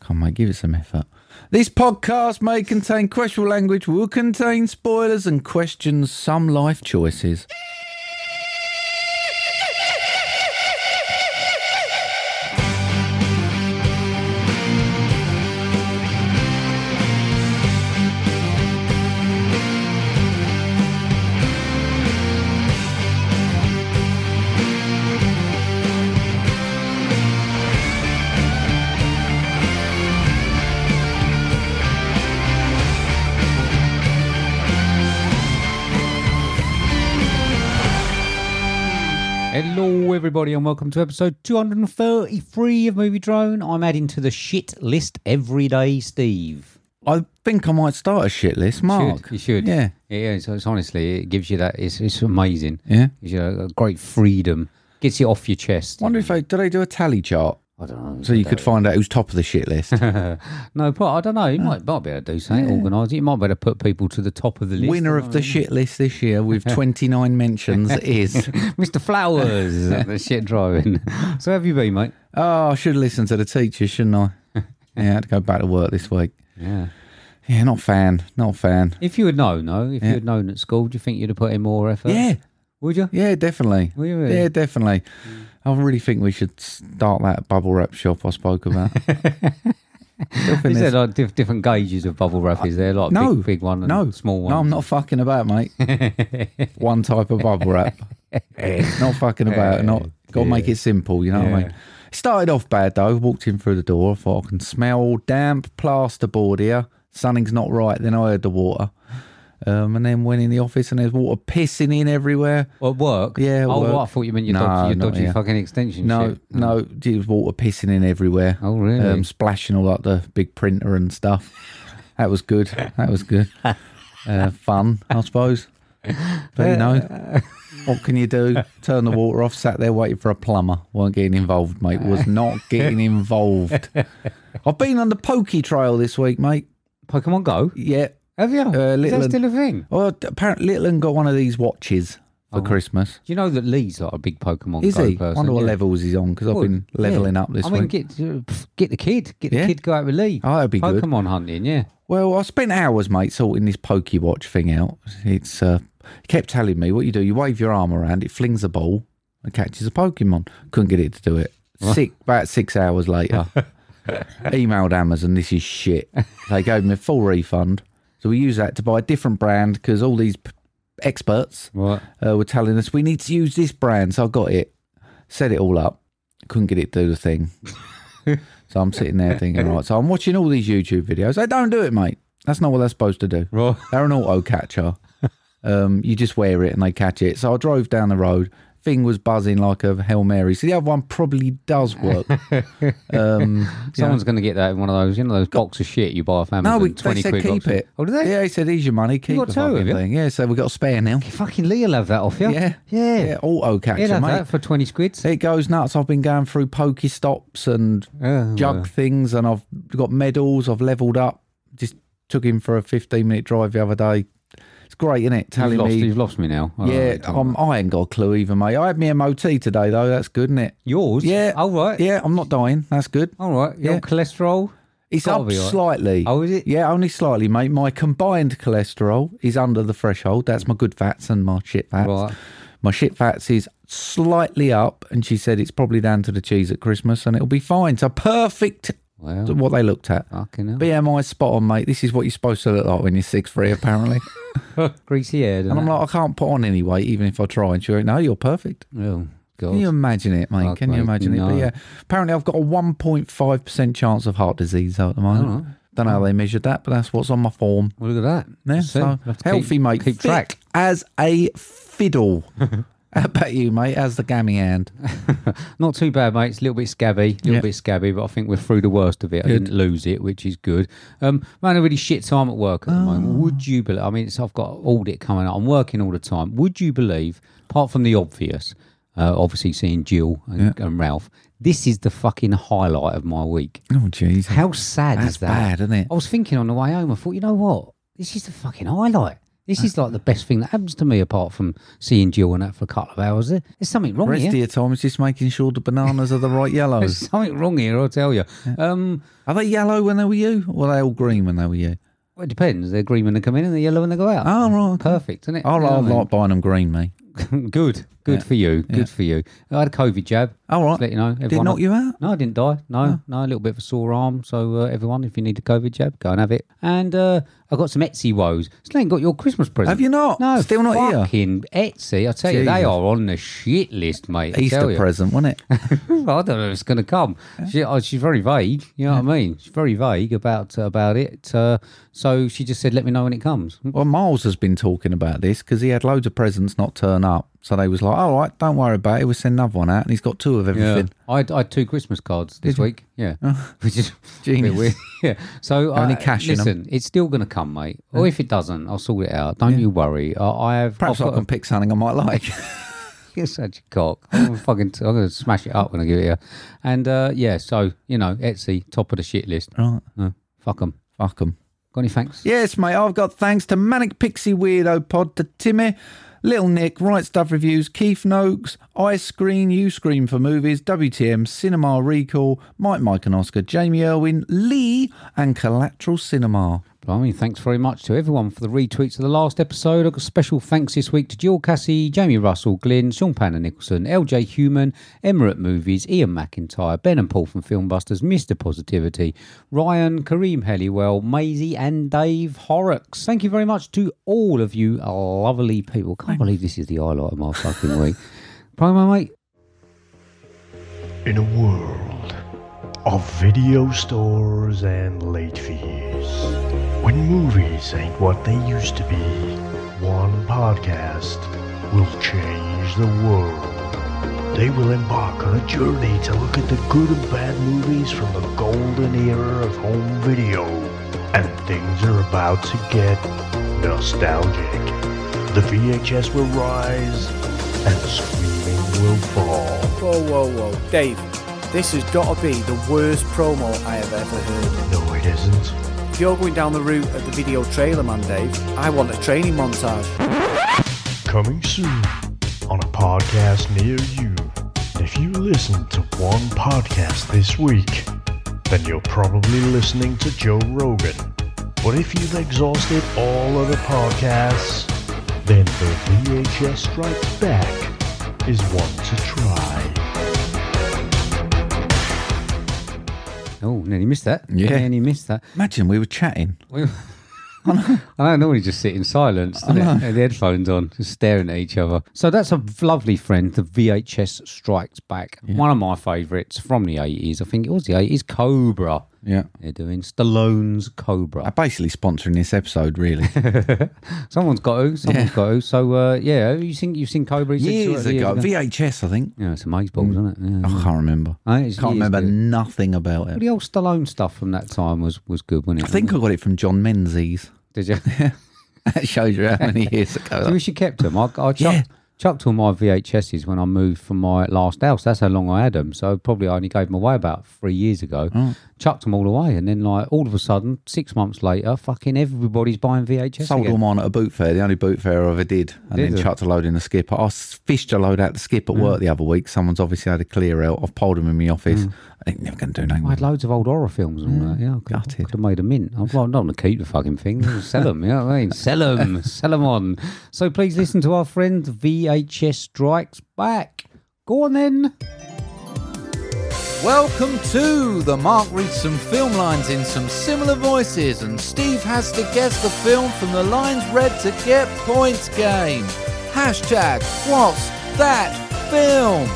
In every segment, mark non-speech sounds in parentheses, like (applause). Come on, mate, give it some effort. These podcasts may contain questionable language, will contain spoilers, and question some life choices. Hello, everybody, and welcome to episode 233 of Movie Drone. I'm adding to the shit list every day, Steve. I think I might start a shit list, Mark. Should, you should. Yeah. Yeah, it's, it's honestly, it gives you that, it's, it's amazing. Yeah. Gives you a, a great freedom, gets you off your chest. Wonder if they do they do a tally chart I don't know. so you could find out who's top of the shit (laughs) list. No, but I don't know. You might, might be able to do something, organise it. You might be able to put people to the top of the list. (laughs) Winner of the shit list this year with 29 mentions (laughs) is. Mr. Flowers is at the shit driving. (laughs) So, have you been, mate? Oh, I should have listened to the teacher, shouldn't (laughs) I? Yeah, I had to go back to work this week. Yeah. Yeah, not fan, not fan. If you had known, though, if you had known at school, do you think you'd have put in more effort? Yeah, Would you? yeah, definitely. Were you really? Yeah, definitely. Mm. I really think we should start that bubble wrap shop I spoke about. Still think Is there there's- like diff- different gauges of bubble wrap? Is there like no, big, big one and no, small (laughs) one? No, I'm not fucking about, (laughs) mate. One type of bubble wrap. (laughs) not fucking about. Not got to make it simple. You know what I mean? It started off bad though. Walked in through the door. I thought I can smell damp plasterboard here. Something's not right. Then I heard the water. Um, and then went in the office and there's water pissing in everywhere. Or at work? Yeah, at Oh, work. right, I thought you meant your No, dodgy, your not dodgy here. fucking extension No, shit. Mm. no, there was water pissing in everywhere. Oh, really? Um, splashing all up the big printer and stuff. that was good. That was (laughs) good. Uh, fun, I suppose. But you know, what can you do? Turn the water off. Sat there waiting for a plumber. weren't getting involved, mate. Was not getting involved. I've been on the pokey trail this week, mate. Pokemon Go? Yeah. Have you? Is uh, little that and- still a thing? Well, apparently Littleton got one of these watches for Christmas. Do you know that Lee's like a big Pokemon Is Go he? Oh. person? Wonder what yeah. levels he's on because I've Well, been leveling yeah. up this I mean, week. get, uh, pff, get the kid. Get the Yeah. kid, go out with Lee. Oh, that'd be good. Pokemon hunting, yeah. Well, I spent hours, mate, sorting this Pokey Watch thing out. It's uh, kept telling me what you do. You wave your arm around, it flings a ball and catches a Pokemon. Couldn't get it to do it. Six, about six hours later, emailed Amazon. This is shit. They gave me a full refund. So we used that to buy a different brand because all these p- experts Right. uh, were telling us we need to use this brand. So I got it, set it all up, couldn't get it to do the (laughs) thing. so I'm sitting there thinking, right. So I'm watching all these YouTube videos. They don't do it, mate. That's not what they're supposed to do. (laughs) Right. They're an auto (laughs) catcher. Um, you just wear it and they catch it. So I drove down the road. Thing was buzzing like a Hail Mary. So the other one probably does (laughs) work. Um, Someone's going to get that in one of those, you know, those box of shit you buy off Amazon. no, we, they 20 said quid keep box of- it. Oh, do they? Yeah, he said, here's your money. Keep got the two of fucking you? thing. Yeah, so we got a spare now. Fucking Lee'll have that off you. Yeah. Yeah. Yeah, auto He'll catcher, have mate. that for 20 squids. It goes nuts. I've been going through pokey stops and Oh, jug well. things, and I've got medals. I've leveled up. Just took him for a fifteen-minute drive the other day. It's great, isn't it? Telling You've lost, me, you've lost me oh, now. I don't know what yeah, you're talking I'm, I ain't got a clue either, mate. I had me MOT today though. That's good, isn't it? Yours? Yeah. All right. Yeah, I'm not dying. That's good. All right. Your Yeah. cholesterol? It's Gotta up be all right. slightly. Oh, is it? Yeah, only slightly, mate. My combined cholesterol is under the threshold. That's my good fats and my shit fats. Right. My shit fats is slightly up, and she said it's probably down to the cheese at Christmas, and it'll be fine. So perfect. Well, to What they looked at. fucking hell. BMI spot on, mate. This is what you're supposed to look like when you're six three, (laughs) apparently. Greasy haired. and I'm like, I can't put on any weight, even if I try. And she went, No, you're perfect. oh, God. Can you imagine it, mate? Fuck, Can you mate, imagine it? But no. yeah, apparently I've got a 1.5% chance of heart disease though, at the moment. Don't know how they measured that, but that's what's on my form. Well, look at that. Yeah, See? so Have to keep- healthy, mate. Keep Fit track. as a (laughs) fiddle. How about you, mate? As the gammy hand. Not too bad, mate. It's a little bit scabby, a little Yeah. bit scabby, but I think we're through the worst of it. I didn't lose it, which is good. Um, I'm having a really shit time at work at the Ah. moment. Would you believe? I mean, it's, I've got audit coming up. I'm working all the time. Would you believe? Apart from the obvious, uh, obviously seeing Jill and, and Ralph, this is the fucking highlight of my week. Oh, jeez. (laughs) How sad That's is that? Oh, bad, isn't it? I was thinking on the way home. I thought, you know what? This is the fucking highlight. This is like the best thing that happens to me, apart from seeing Jill and that for a couple of hours. There- There's something wrong The rest here. of your time is just making sure the bananas are the (laughs) right There's yellows. something wrong here, I'll tell you. Um, Are they yellow when they were you? Or are they all green when they were you? well, it depends. They're green when they come in and they're yellow when they go out. Oh, right. okay. Perfect, isn't it? I, You know I what I like buying them green, me. mean? (laughs) good, good for you. Good for you. I had a COVID jab. All right. Just let you know. Did it Everyone knock you out? No, I didn't die. No, no, a little bit of a sore arm. So uh, everyone, if you need a COVID jab, go and have it. And uh, I got some Etsy woes. Still ain't got your Christmas present. Have you not? No, Still not here? fucking Etsy. I tell you, they Jesus. are on the shit list, mate. I Easter tell you. present, wasn't (laughs) it? I don't know if it's going to come. She, oh, she's very vague. You know what I mean? She's very vague about about it. Uh, so she just said, "Let me know when it comes." Well, Miles has been talking about this because he had loads of presents not turn up. So they was like, all right, don't worry about it. We'll send another one out. And he's got two of Yeah. everything. (laughs) I, had, I had two Christmas cards this week. Yeah, (laughs) which is a Oh. (laughs) Genius. bit weird. (laughs) yeah. So Only I, cash in 'em. listen, it's still going to come, mate. Or if it doesn't, I'll sort it out. Don't you worry. I, I have. Perhaps I've I got can pick something I might like. (laughs) You're such a (laughs) cock. I'm gonna fucking. I'm gonna smash it up when I give it here. And uh, yeah, so you know, Etsy top of the shit list. right. No, fuck them. Fuck 'em. Got any thanks? Yes, mate, I've got thanks to Manic Pixie Weirdo Pod, to Timmy, Little Nick, Right Stuff Reviews, Keith Noakes, I Screen, You Screen for Movies, WTM, Cinema Recall, Mike, Mike and Oscar, Jamie Irwin, Lee, and Collateral Cinema. Blimey, thanks very much to everyone for the retweets of the last episode. I've got special thanks this week to Jill Cassie, Jamie Russell, Glynn, Sean Panner Nicholson, LJ Human, Emirate Movies, Ian McIntyre, Ben and Paul from Filmbusters, Mr. Positivity, Ryan, Kareem Helliwell, Maisie, and Dave Horrocks. Thank you very much to all of you lovely people. Can't believe this is the highlight of my fucking week. (laughs) Promo, mate. In a world of video stores and late fees, when movies ain't what they used to be, one podcast will change the world. They will embark on a journey to look at the good and bad movies from the golden era of home video. And things are about to get nostalgic. The VHS will rise and screaming will fall. Whoa, whoa, whoa. Dave, this has got to be the worst promo I have ever heard. No, it isn't. If you're going down the route of the video trailer, man, Dave, I want a training montage. Coming soon on a podcast near you. If you listen to one podcast this week, then you're probably listening to Joe Rogan. But if you've exhausted all other podcasts, then the VHS Strikes Back is one to try. Oh, nearly missed that. Yeah. Nearly missed that. Imagine we were chatting. We- I don't normally just sit in silence, doesn't it? With the headphones on, just staring at each other. So that's a lovely friend, the VHS Strikes Back. One of my favourites from the 80s. I think it was the 80s, Cobra. Yeah. They're doing Stallone's Cobra. I'm Uh, basically sponsoring this episode, really. Someone's got who? Someone's got who? So, uh, yeah, you think you've seen Cobra? You said (laughs) years two- ago, VHS, I think. Yeah, it's a maze ball, isn't it? Yeah. I can't remember. Oh, it's can't years remember ago. nothing about it. The old Stallone stuff from that time was, was good, wasn't it? I think I got it from John Menzies. (laughs) Did you? that shows you how many years ago. So we should kept them. I, I chucked, Yeah. chucked all my VHSs when I moved from my last house. That's how long I had them. So probably I only gave them away about three years ago. Oh. Chucked them all away, and then like all of a sudden, six months later, fucking everybody's buying VHS. Sold again. all mine at a boot fair, the only boot fair I ever did, Mm. and Did then you? chucked a load in the skip. I s- fished a load out the skip at work the other week. Someone's obviously had a clear out. I've piled them in my office. I think they're going to do nothing. I with had loads of old horror films and all that. Yeah, I could, I Gutted. could have made a mint. I'm well, I'm not going to keep the fucking thing. I'll Sell them. You know what I mean? (laughs) Sell them. Sell them on. So please listen to our friend VHS Strikes Back. Go on then. them. Welcome to the Mark reads some film lines in some similar voices, and Steve has to guess the film from the lines read to get points game. Hashtag what's that film?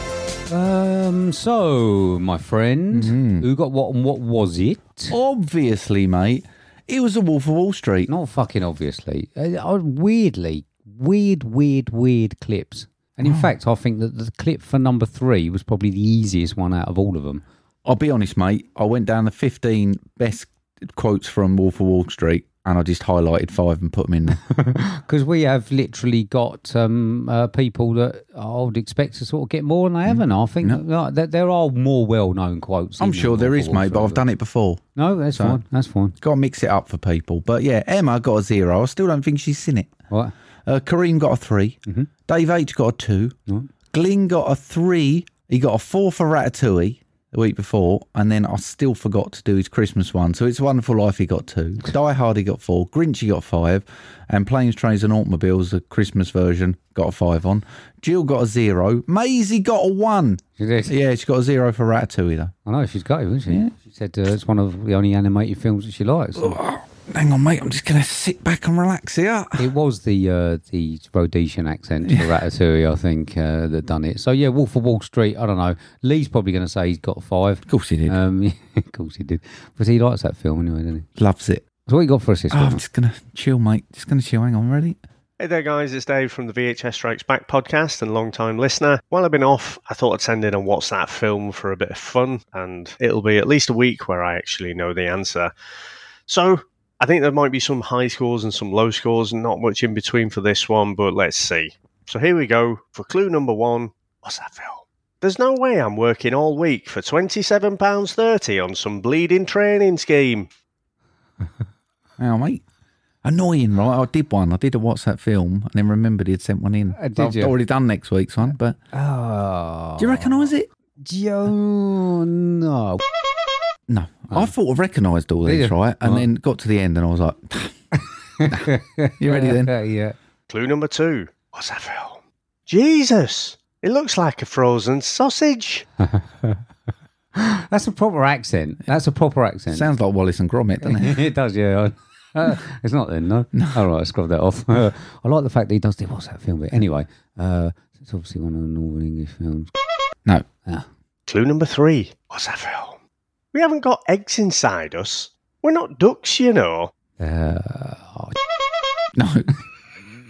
Um. So, my friend, Mm-hmm. who got what and what was it? Obviously, mate, it was The Wolf of Wall Street. Not fucking obviously. Uh, uh, weirdly, weird, weird, weird clips. And in fact, I think that the clip for number three was probably the easiest one out of all of them. I'll be honest, mate. I went down the 15 best quotes from Wolf of Wall Street and I just highlighted five and put them in there. Because we have literally got um, uh, people that I would expect to sort of get more, and they haven't. I think that, that there are more well-known quotes. Mm. I'm in sure there there is, mate, but whatsoever. I've done it before. No, that's fine. That's fine. Got to mix it up for people. But yeah, Emma got a zero. I still don't think she's seen it. Right. Uh, Kareem got a 3 Dave H got a 2 Glyn got a three. He got a four for Ratatouille the week before, and then I still forgot to do his Christmas one. So it's a Wonderful Life. He got two. Die Hard. He got four. Grinch. He got five. And Planes, Trains, and Automobiles, the Christmas version, got a five on. Jill got a zero. Maisie got a one. She did. Yeah, she got a zero for Ratatouille though. I know she's got it, isn't she? She said uh, it's one of the only animated films that she likes. Hang on, mate. I'm just gonna sit back and relax here. It was the uh, the Rhodesian accent for Ratatouille, I think, uh, that done it. So yeah, Wolf of Wall Street. I don't know. Lee's probably going to say he's got five. Of course he did. Um, (laughs) of course he did, but he likes that film anyway, doesn't he? Loves it. So what you got for us this Oh, week? I'm just gonna chill, mate. Just gonna chill. Hang on, ready? Hey there, guys. It's Dave from the VHS Strikes Back podcast and long-time listener. While I've been off, I thought I'd send in a What's That film for a bit of fun, and it'll be at least a week where I actually know the answer. So I think there might be some high scores and some low scores, and not much in between for this one, but let's see. So here we go for clue number one What's That film? There's no way I'm working all week for £27.30 on some bleeding training scheme. Hang on, mate. Annoying, right? I did one. I did a WhatsApp film and then remembered he'd sent one in. Uh, did But I've you? already done next week's one, but Oh, uh, do you recognise it? Joe? No. No. I thought I recognised all Oh. Did these, you? right? And Right. then got to the end and I was like, You ready then? (laughs) yeah. Clue number two. What's that film? Jesus! It looks like a frozen sausage. That's a proper accent. That's a proper accent. sounds like Wallace and Gromit, doesn't (laughs) it? it does, yeah. Uh, it's not then, no. All right, I scrub that off. (laughs) Uh, I like the fact that he does. the- What's that film? But anyway, uh, it's obviously one of the Northern English films. No. Ah. Clue number three. What's that film? We haven't got eggs inside us. We're not ducks, you know. Uh, oh, No. (laughs)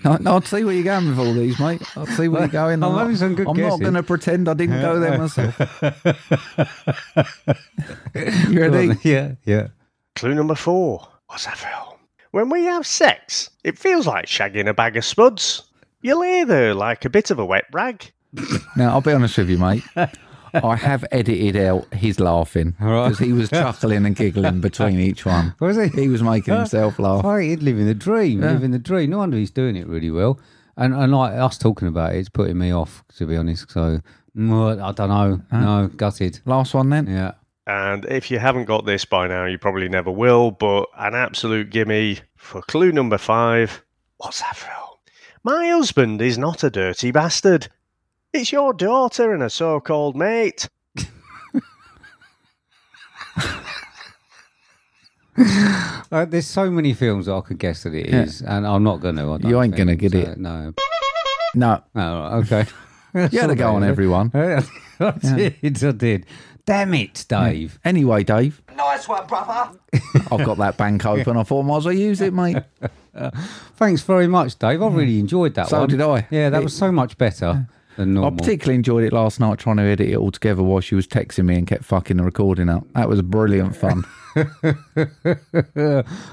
No, no, I'll see where you're going with all these, mate. I'll see where you're (laughs) going. I'm not- having some good I'm guesses. not going to pretend I didn't go (laughs) there myself. (laughs) you ready? (laughs) yeah, yeah. Clue number four. What's that film? When we have sex, it feels like shagging a bag of spuds. You lay there like a bit of a wet rag. Now, I'll be honest with you, (laughs) mate. I have edited out his laughing Right. because he was (laughs) chuckling and giggling between each one. Was he? He was making himself laugh. Sorry, he'd living the dream, living the dream. No wonder he's doing it really well. And, and like us talking about it, it's putting me off, to be honest. So, mm, I don't know. No, gutted. Last one then. Yeah. And if you haven't got this by now, you probably never will, but an absolute gimme for clue number five. What's that film? My husband is not a dirty bastard. It's your daughter and a so called mate. Uh, there's so many films I could guess that it is, Yeah. and I'm not going to. You ain't gonna get it. No. No. Oh, (laughs) okay. You had a go on (laughs) everyone. I did. I did. Damn it, Dave. Anyway, Dave. Nice one, brother. (laughs) I've got that bank open. I thought, might as well use it, mate. Thanks very much, Dave. I really enjoyed that Mm. So one. did I. Yeah, that It- was so much better than I normal. particularly enjoyed it last night trying to edit it all together while she was texting me and kept fucking the recording up. That was brilliant (laughs) fun.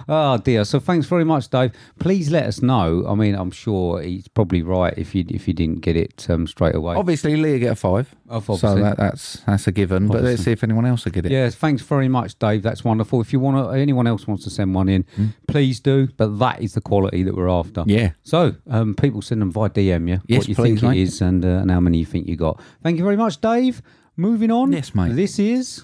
oh dear. So thanks very much, Dave. Please let us know. I mean, I'm sure he's probably right if you if you didn't get it um, straight away. Obviously, Leah get a five. Of So Oh, obviously. that, that's that's a given. But let's see if anyone else will get it. Yes, thanks very much, Dave. That's wonderful. If you want to, anyone else wants to send one in, please do. But that is the quality that we're after. Hmm? Yeah. So um, people send them via DM, yeah. Yes, what you please, think mate. it is and, uh, and how many you think you got. Thank you very much, Dave. Moving on. Yes, mate. This is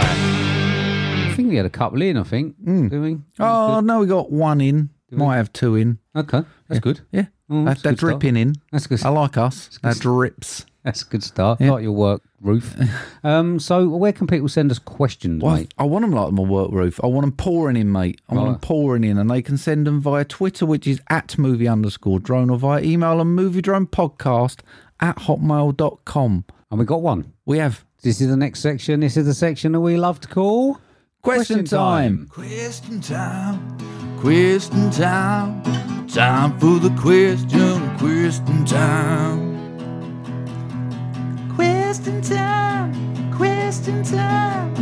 I think we had a couple in. I think. Did we? Oh no, we got one in. Might have two in. Okay, that's good. Yeah, they're, Oh, that's they're good start. dripping in. That's good. I like us. They're drips. (laughs) That's a good start. Like your work (laughs) roof. um, so where can people send us questions, Well, mate? I want them like my work roof. I want them pouring in, mate. I want them Right. pouring in, and they can send them via Twitter, which is at movie underscore drone, or via email and movie drone podcast at hotmail.com. And we got one. We have This is the next section. This is the section that we love to call. question, Question time. Question time. Question time. Time for the question. Question time. Question time. Question time.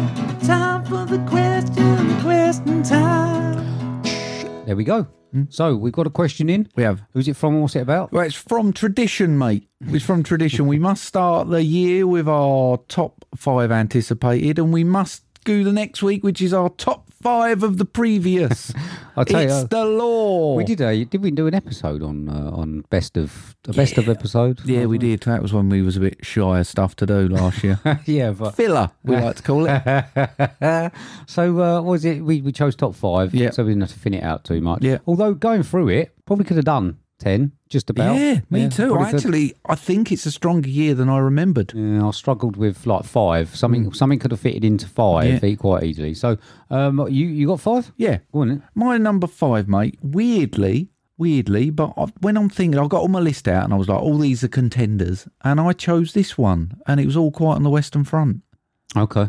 Time for of the question, question time. There we go. So we've got a question in. Hmm? We have. Who's it from? What's it about? Well, it's from tradition, mate. It's from tradition. we must start the year with our top five anticipated, and we must do the next week, which is our top five of the (laughs) previous. I'll tell you, it's uh, the law. We did a did we do an episode on uh, on best of a best of episode? Yeah, we did. That was when we was a bit shy of stuff to do last year. (laughs) yeah, but (laughs) Filler, we like to call it. so uh, what was it? We we chose top five. Yeah. so we didn't have to thin it out too much. Yeah. although going through it, probably could have done ten, just about. Yeah, me too. probably I could- actually, I think it's a stronger year than I remembered. Yeah, I struggled with like five. Something something could have fitted into five Hmm. Yeah. e- quite easily. So um, you you got five? Yeah. Go on then. My number five, mate, weirdly, weirdly, but I, when I'm thinking, I got all my list out and I was like, all these are contenders. And I chose this one, and it was all quiet on the Western Front. Okay.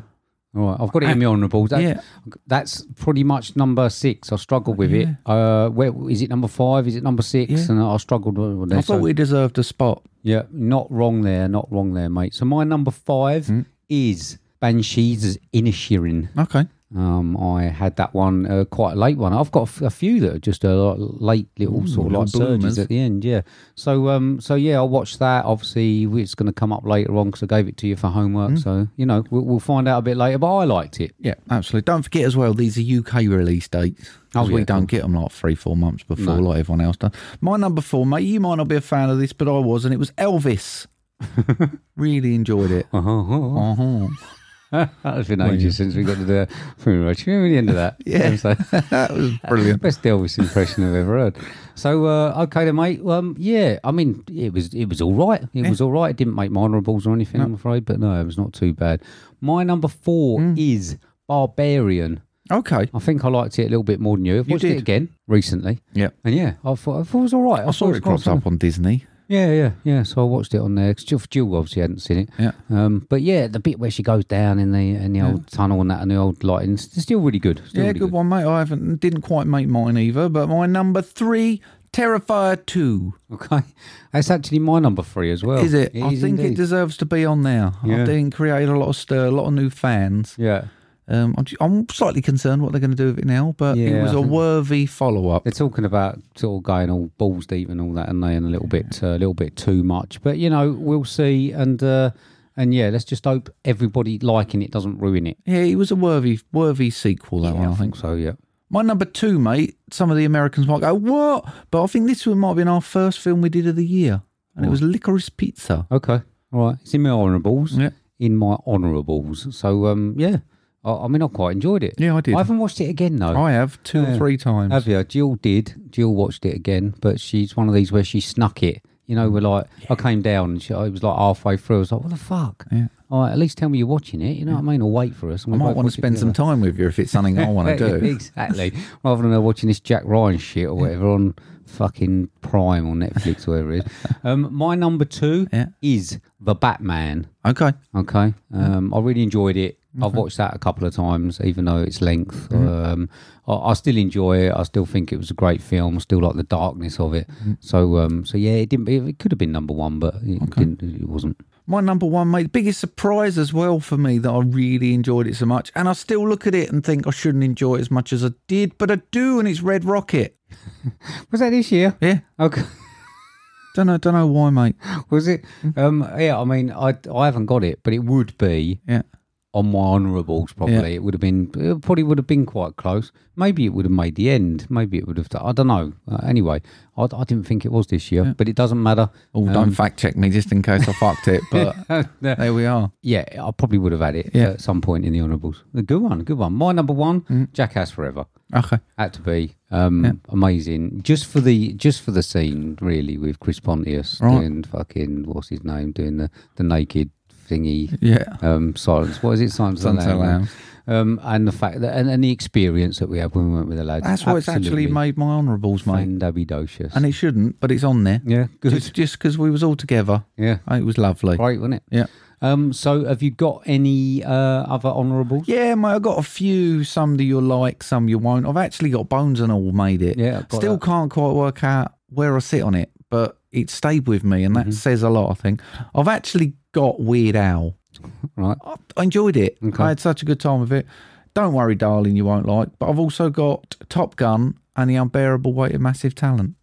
All right, I've got it in my honourables. That, yeah. That's pretty much number six. I struggled with it. Uh, where is it? Number five? Is it number six? Yeah. And I struggled with with I that. thought So, we deserved a spot. yeah, not wrong there. Not wrong there, mate. So my number five Hmm. is Banshees Inishirin. Okay. Um, I had that one uh, quite a late one. I've got a f- a few that are just a lot late little sort of little like surges bloomers. at the end. Yeah. So um, so yeah, I watched that. Obviously, we- it's going to come up later on because I gave it to you for homework. So you know, we'll, we'll find out a bit later. But I liked it. Yeah, absolutely. Don't forget as well, these are UK release dates. Because Oh, we yeah, don't get them like three, four months before, like everyone else does. My number four, mate, you might not be a fan of this, but I was, and it was (laughs) Elvis. really enjoyed it. Uh-huh. That's been ages since we got to the (laughs) pretty much you remember the end of that. Yeah. So, That was brilliant. best Elvis impression I've ever heard. So uh, okay then mate. Um yeah, I mean it was it was all right. It was all right. It didn't make my honourables or anything, I'm afraid, but no, it was not too bad. My number four Mm. is Barbarian. Okay. I think I liked it a little bit more than you. I've You watched it did. again recently. Yeah. And yeah, I thought, I thought it was all right. I saw thought was it quite cropped funny. up on Disney. Yeah, yeah, yeah. So I watched it on there. 'cause Jill, Jill obviously hadn't seen it. Yeah. Um, but yeah, the bit where she goes down in the in the old tunnel and that and the old lighting, it's still really good. Still Yeah, really good, one, mate. I haven't didn't quite make mine either, but my number three, Terrifier Two, Okay, that's actually my number three as well. is it? I Oh, is think it indeed. deserves to be on there. Yeah. I think created a lot of stir, a lot of new fans. Yeah, Um, I'm, ju- I'm slightly concerned what they're going to do with it now, but Yeah, it was I a think- worthy follow up. they're talking about sort of going all balls deep and all that, and they and a little bit uh, a little bit too much. But you know, we'll see. And uh, and yeah, let's just hope everybody liking it doesn't ruin it. Yeah, it was a worthy, worthy sequel. That one, I think. so. Yeah. My number two, mate. Some of the Americans might go, "What?" But I think this one might have been our first film we did of the year, and it was Licorice Pizza. Okay. All right. It's in my honourables. Yeah. In my honourables. So um, yeah. I, I mean, I quite enjoyed it. Yeah, I did. I haven't watched it again though. I have two Yeah. or three times. Have you? Jill did. Jill watched it again, but she's one of these where she snuck it. You know, we're like, I came down and she, it was like halfway through. I was like, what the fuck? Yeah. All right, at least tell me you're watching it. You know what I mean? Or wait for us. and I we'll might both want to watch it spend some together. time with you if it's something I (laughs) want to do. exactly. Rather than her watching this Jack Ryan shit or whatever on fucking Prime or Netflix or (laughs) whatever it is. Um, my number two Yeah. is The Batman. Okay. Okay. Um, I really enjoyed it. I've watched that a couple of times, even though it's length. Um, I, I still enjoy it. I still think it was a great film. I still like the darkness of it. So, um, so yeah, it didn't. It, it could have been number one, but it didn't. It wasn't. My number one, mate, biggest surprise as well for me that I really enjoyed it so much. And I still look at it and think I shouldn't enjoy it as much as I did, but I do, and it's Red Rocket. Was that this year? Yeah. Okay. Don't know, don't know why, mate. Was it? Hmm. Um, yeah. I mean, I I haven't got it, but it would be Yeah. on my honourables. Probably it would have been. It probably would have been quite close. Maybe it would have made the end. Maybe it would have. I don't know. Uh, anyway, I, I didn't think it was this year, but it doesn't matter. Uh, Oh, don't fact check me just in case I fucked it, but (laughs) there we are. (laughs) Yeah, I probably would have had it Yeah. Hmm. at some point in the honourables. A good one, good one. My number one, Jackass Forever, Okay. had to be um, amazing. Just for the just for the scene, really, with Chris Pontius Right. doing fucking what's his name, doing the the naked thingy. Yeah. Um, silence. What is it? Silence. of the Sunset Lambs. Um, and the fact that and, and the experience that we had when we went with the lads. That's why it's actually made my honourables, mate. Fandabidocious. And it shouldn't, but it's on there. yeah, good. Just because we was all together. yeah, It was lovely. right, wasn't it? Yeah. Um, so, have you got any uh, other honourables? Yeah, mate, I've got a few, some that you'll like, some you won't. I've actually got Bones and All made it. Yeah, I've got Still that. can't quite work out where I sit on it, but it stayed with me, and Mm-hmm. that says a lot, I think. I've actually got Weird Al. Right. I I enjoyed it. Okay. I had such a good time with it. Don't Worry, Darling, you won't like. But I've also got Top Gun and The Unbearable Weight of Massive Talent.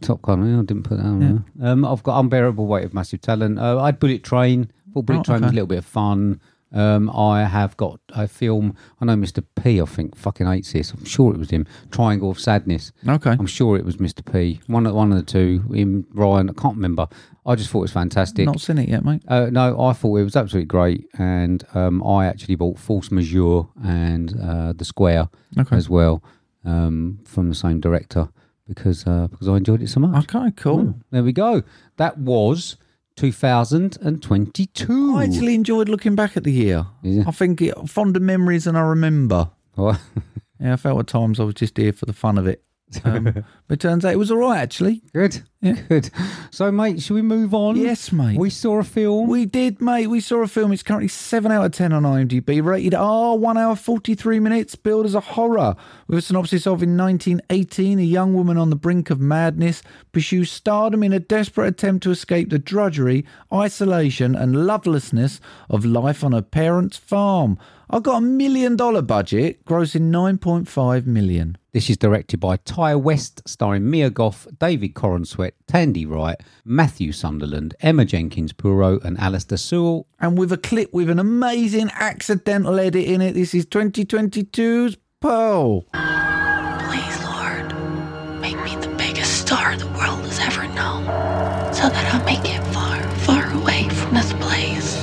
Top Gun. yeah, I didn't put that on. there. Um, I've got Unbearable Weight of Massive Talent. Uh, I had Bullet Train. Thought Bullet Oh, Train was okay. a little bit of fun. Um, I have got a film. I know Mr. P. I think fucking hates this. I'm sure it was him. Triangle of Sadness. Okay. I'm sure it was Mr. P. One of one of the two. Him, Ryan. I can't remember. I just thought it was fantastic. Not seen it yet, mate. Uh, no, I thought it was absolutely great, and um, I actually bought Force Majeure and uh, The Square Okay. as well um, from the same director because uh, because I enjoyed it so much. Okay, cool. There we go. That was 2022. I actually enjoyed looking back at the year. Yeah. I think it, fond of memories and I remember. Oh, Yeah, I felt at times I was just here for the fun of it. Um, but it turns out it was all right, actually. (laughs) good, good. So, mate, should we move on? Yes, mate. We saw a film. We did, mate. We saw a film. It's currently 7 out of 10 on IMDb, rated R, 1 hour 43 minutes, billed as a horror. With a synopsis of in 1918, a young woman on the brink of madness pursues stardom in a desperate attempt to escape the drudgery, isolation, and lovelessness of life on her parents' farm. I got a million dollar budget, grossing 9.5 million. This is directed by Ty West, starring Mia Goff, David Coronsweet, Tandy Wright, Matthew Sunderland, Emma Jenkins Puro, and Alistair Sewell. And with a clip with an amazing accidental edit in it, this is 2022's Pearl. Please, Lord, make me the biggest star the world has ever known so that I may get far, far away from this place.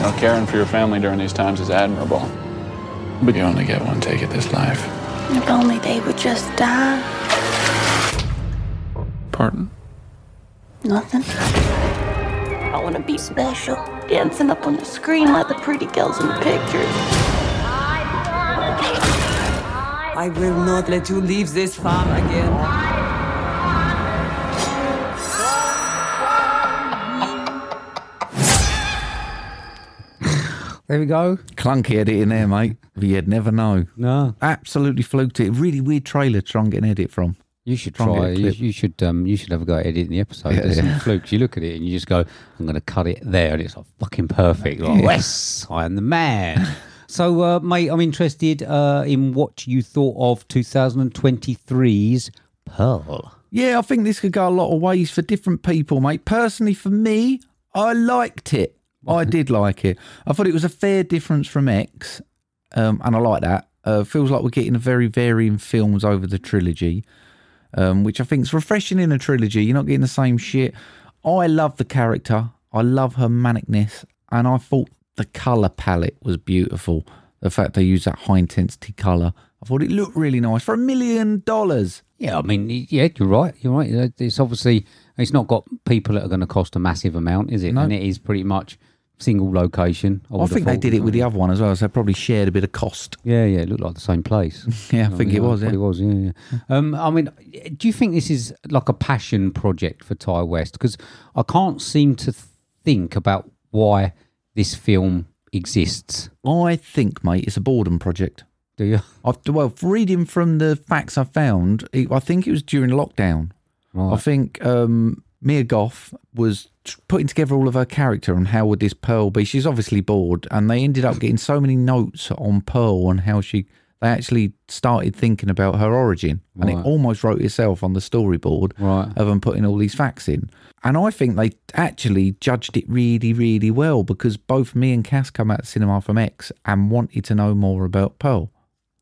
Now, caring for your family during these times is admirable, but you only get one take at this life. If only they would just die. Pardon? Nothing. I want to be special, dancing up on the screen like the pretty girls in the pictures. I will not let you leave this farm again. There we go. Clunky edit in there, mate. But you'd never know. No, Absolutely fluked it. Really weird trailer to try and get an edit from. you should Try and try. get a You, clip. you should. Um, you should have a go at editing the episode. Yeah, There's some yeah. flukes. You look at it and you just go, "I'm going to cut it there," and it's like fucking perfect. Like, yes, I am the man. (laughs) so, uh, mate, I'm interested uh, in what you thought of 2023's Pearl. Yeah, I think this could go a lot of ways for different people, mate. Personally, for me, I liked it. I did like it. I thought it was a fair difference from X, um, and I like that. Uh, feels like we're getting very varying films over the trilogy, um, which I think is refreshing in a trilogy. You're not getting the same shit. I love the character. I love her manicness, and I thought the color palette was beautiful. The fact they use that high intensity color, I thought it looked really nice for a million dollars. Yeah, I mean, y- yeah, you're right. You're right. You know, It's obviously it's not got people that are going to cost a massive amount, is it? No. And it is pretty much single location. I would have think they thought, did it with the wouldn't other one as well, so they probably shared a bit of cost. they? (laughs) Yeah, yeah, it looked like the same place. Yeah, (laughs) I think it was. It Yeah. was. Oh, Yeah, yeah. Um, I mean, do you think this is like a passion project for Ty West? Because I can't seem to think about why this film exists. I think, mate, it's a boredom project. Do you? (laughs) I've, well, reading from the facts I found, it, I think it was during lockdown. I think um, Mia Goff was t- putting together all of her character and how would this Pearl be. She's obviously bored, and they ended up getting so many notes on Pearl and how she. They actually started thinking about her origin, and Right. it almost wrote itself on the storyboard Right. of them putting all these facts in. And I think they actually judged it really, really well because both me and Cass come out of cinema from X and wanted to know more about Pearl.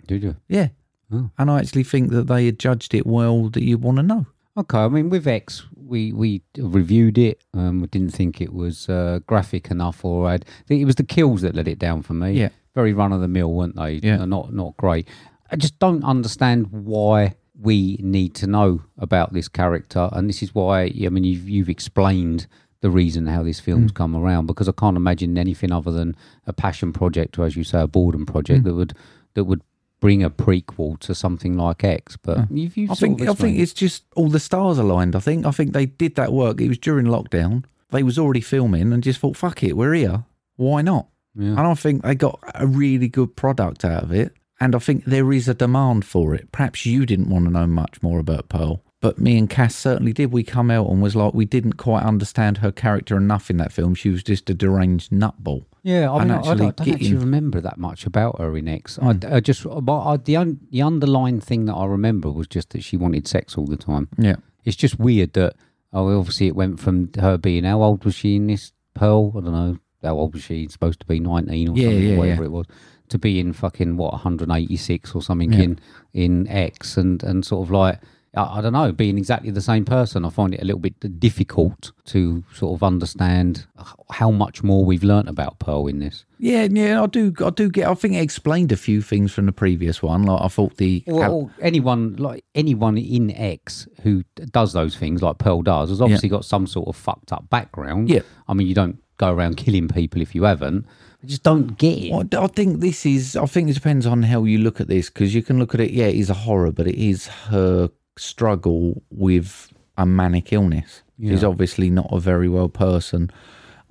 Do you? Yeah. Oh. And I actually think that they had judged it well that you want to know. Okay, I mean, with X, we we reviewed it. Um, we didn't think it was uh, graphic enough, or I'd, it was the kills that let it down for me. Yeah. very run of the mill, weren't they? Yeah. Uh, not not great. I just don't understand why we need to know about this character, and this is why. I mean, you've you've explained the reason how this Mm. film's come around because I can't imagine anything other than a passion project, or as you say, a boredom Mm. project that would that would bring a prequel to something like X. But you've, you've Mm. I sort think of I think explained it. it's just all the stars aligned. I think I think they did that work. It was during lockdown. They was already filming and just thought, fuck it, we're here. Why not? Yeah. And I think they got a really good product out of it. And I think there is a demand for it. Perhaps you didn't want to know much more about Pearl, but me and Cass certainly did. We come out and was like, we didn't quite understand her character enough in that film. She was just a deranged nutball. Yeah, I and mean, I, I actually don't, I don't get actually Hmm. him. remember that much about her in X. I- I just but I, the un, the underlying thing that I remember was just that she wanted sex all the time. Yeah. It's just weird that oh, obviously it went from her being how old was she in this Pearl? I don't know how old was she supposed to be nineteen or Yeah, something, yeah, whatever yeah. it was, to be in fucking what one hundred eighty six or something Yeah. in in X and and sort of like. I I don't know, being exactly the same person, I find it a little bit difficult to sort of understand h- how much more we've learnt about Pearl in this. Yeah, yeah, I do. I do get. I think it explained a few things from the previous one. Like I thought the Or, or anyone like anyone in X who d- does those things, like Pearl does, has obviously got some sort of fucked up background. Yeah. I mean, you don't go around killing people if you haven't. I just don't get it. Well, I d- I think this is. I think it depends on how you look at this because you can look at it. Yeah, it is a horror, but it is her struggle with a manic illness. She's obviously not a very well person.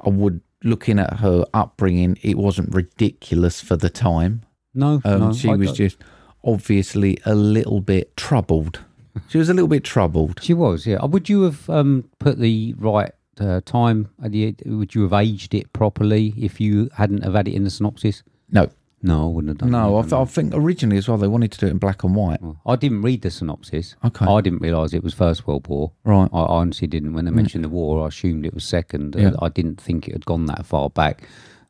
I would looking at her upbringing. It wasn't ridiculous for the time. No, Um, no, she I was don't- just obviously a little bit troubled. She was a little bit troubled. She was, yeah. Uh, Would you have um, put the right uh, time? At the, would you have aged it properly if you hadn't have had it in the synopsis? No, No, I wouldn't have done. no. I, that. th- I think originally as well they wanted to do it in black and white. I didn't read the synopsis. Okay. I didn't realise it was First World War. Right. I honestly didn't. When they mentioned the war, I assumed it was Second. Yeah. I didn't think it had gone that far back.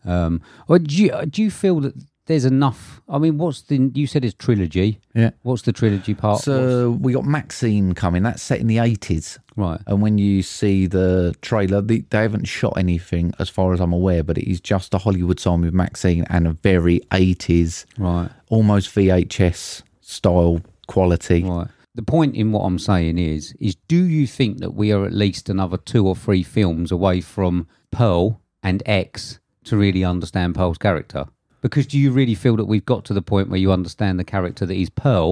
Um, or do you, do you feel that there's enough? I mean, what's the? You said it's trilogy. Yeah. What's the trilogy part? What's- So we got Maxine coming. That's set in the eighties. right. And when you see the trailer, they, they haven't shot anything as far as I'm aware, but it is just a Hollywood song with Maxine and a very 80s, Right. almost VHS style quality. Right. The point in what I'm saying is, is do you think that we are at least another two or three films away from Pearl and X to really understand Pearl's character? Because do you really feel that we've got to the point where you understand the character that is Pearl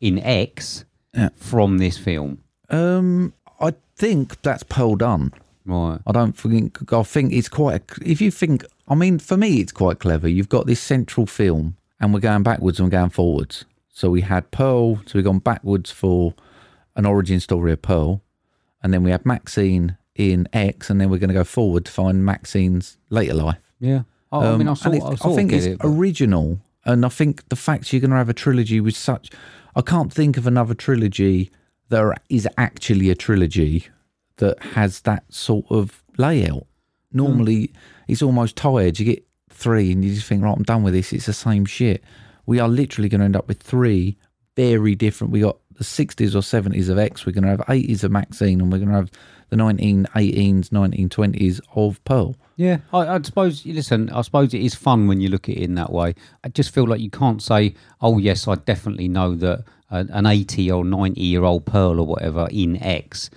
in X from this film? Um, I think that's Pearl Dunn. Right. I don't think, I think it's quite, a, if you think, I mean, for me, it's quite clever. You've got this central film and we're going backwards and we're going forwards. So we had Pearl, so we've gone backwards for an origin story of Pearl. And then we had Maxine in X, and then we're going to go forward to find Maxine's later life. Yeah. I, Oh, I Um, mean, I and sort, it's- I sort think of get it's it. but- original, and I think the fact you're going to have a trilogy with such, I can't think of another trilogy that is actually a trilogy that has that sort of layout. Normally, it's almost tired. You get three, and you just think, right, I'm done with this. It's the same shit. We are literally going to end up with three very different. We got the 60s or 70s of X. We're going to have 80s of Maxine, and we're going to have the 1918s, 1920s of Pearl. Yeah, I, I suppose. Listen, I suppose it is fun when you look at it in that way. I just feel like you can't say, "Oh, yes, I definitely know that a- an eighty or ninety-year-old Pearl or whatever in X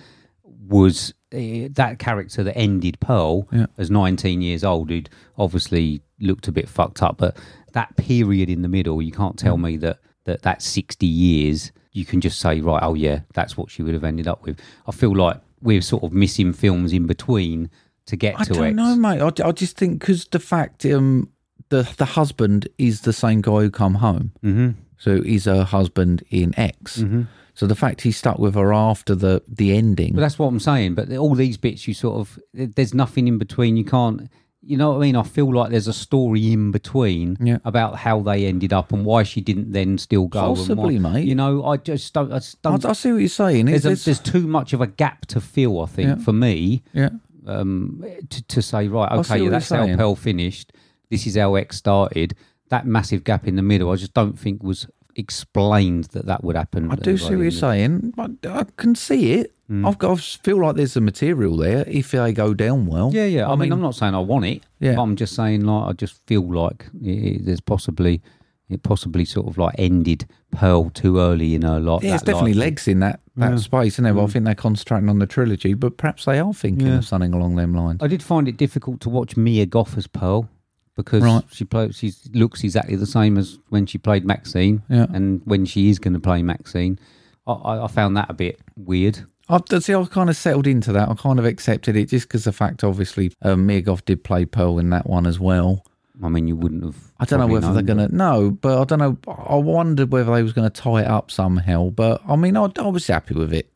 was uh, that character that ended Pearl as nineteen years old, who'd obviously looked a bit fucked up." But that period in the middle, you can't tell Mm. me that that that sixty years you can just say, "Right, oh yeah, that's what she would have ended up with." I feel like we're sort of missing films in between. To get I to don't X. know, mate. I, I just think because the fact um the the husband is the same guy who come home, mm-hmm. so he's her husband in X. Mm-hmm. So the fact he stuck with her after the the ending, But that's what I'm saying. But all these bits, you sort of, there's nothing in between. You can't, you know what I mean? I feel like there's a story in between Yeah. about how they ended up and why she didn't then still go. and Possibly, why- mate. You know, I just don't. I just I, don't I see what you're saying. It's, um, there's, a, it's- there's too much of a gap to fill, I think, for me yeah, um, to, to say, right, see what okay, you're that's how saying. Pearl finished. This is how X started. That massive gap in the middle, I just don't think was explained that that would happen. I do see what you're saying. But I can see it. Mm. I've got, I feel like there's some material there if they go down well. Yeah, yeah. I, mean, I'm not saying I want it. Yeah. But I'm just saying, like, I just feel like it, it- there's possibly, it possibly sort of like ended Pearl too early in her life. Yeah, that Mm. it's definitely life. legs in that, that space, isn't there? But I think they're concentrating on the trilogy, but perhaps they are thinking of something along them lines. I did find it difficult to watch Mia Goff as Pearl because Right. she plays, she looks exactly the same as when she played Maxine, Yeah. and when she is going to play Maxine. I, I, I found that a bit weird. I've, see, I've kind of settled into that. I kind of accepted it just because the fact, obviously, um, Mirgoff did play Pearl in that one as well. I mean, you wouldn't have. I don't know probably whether they're known, going but- to. No, but I don't know. I wondered whether they was going to tie it up somehow. But I mean, I, I was happy with it.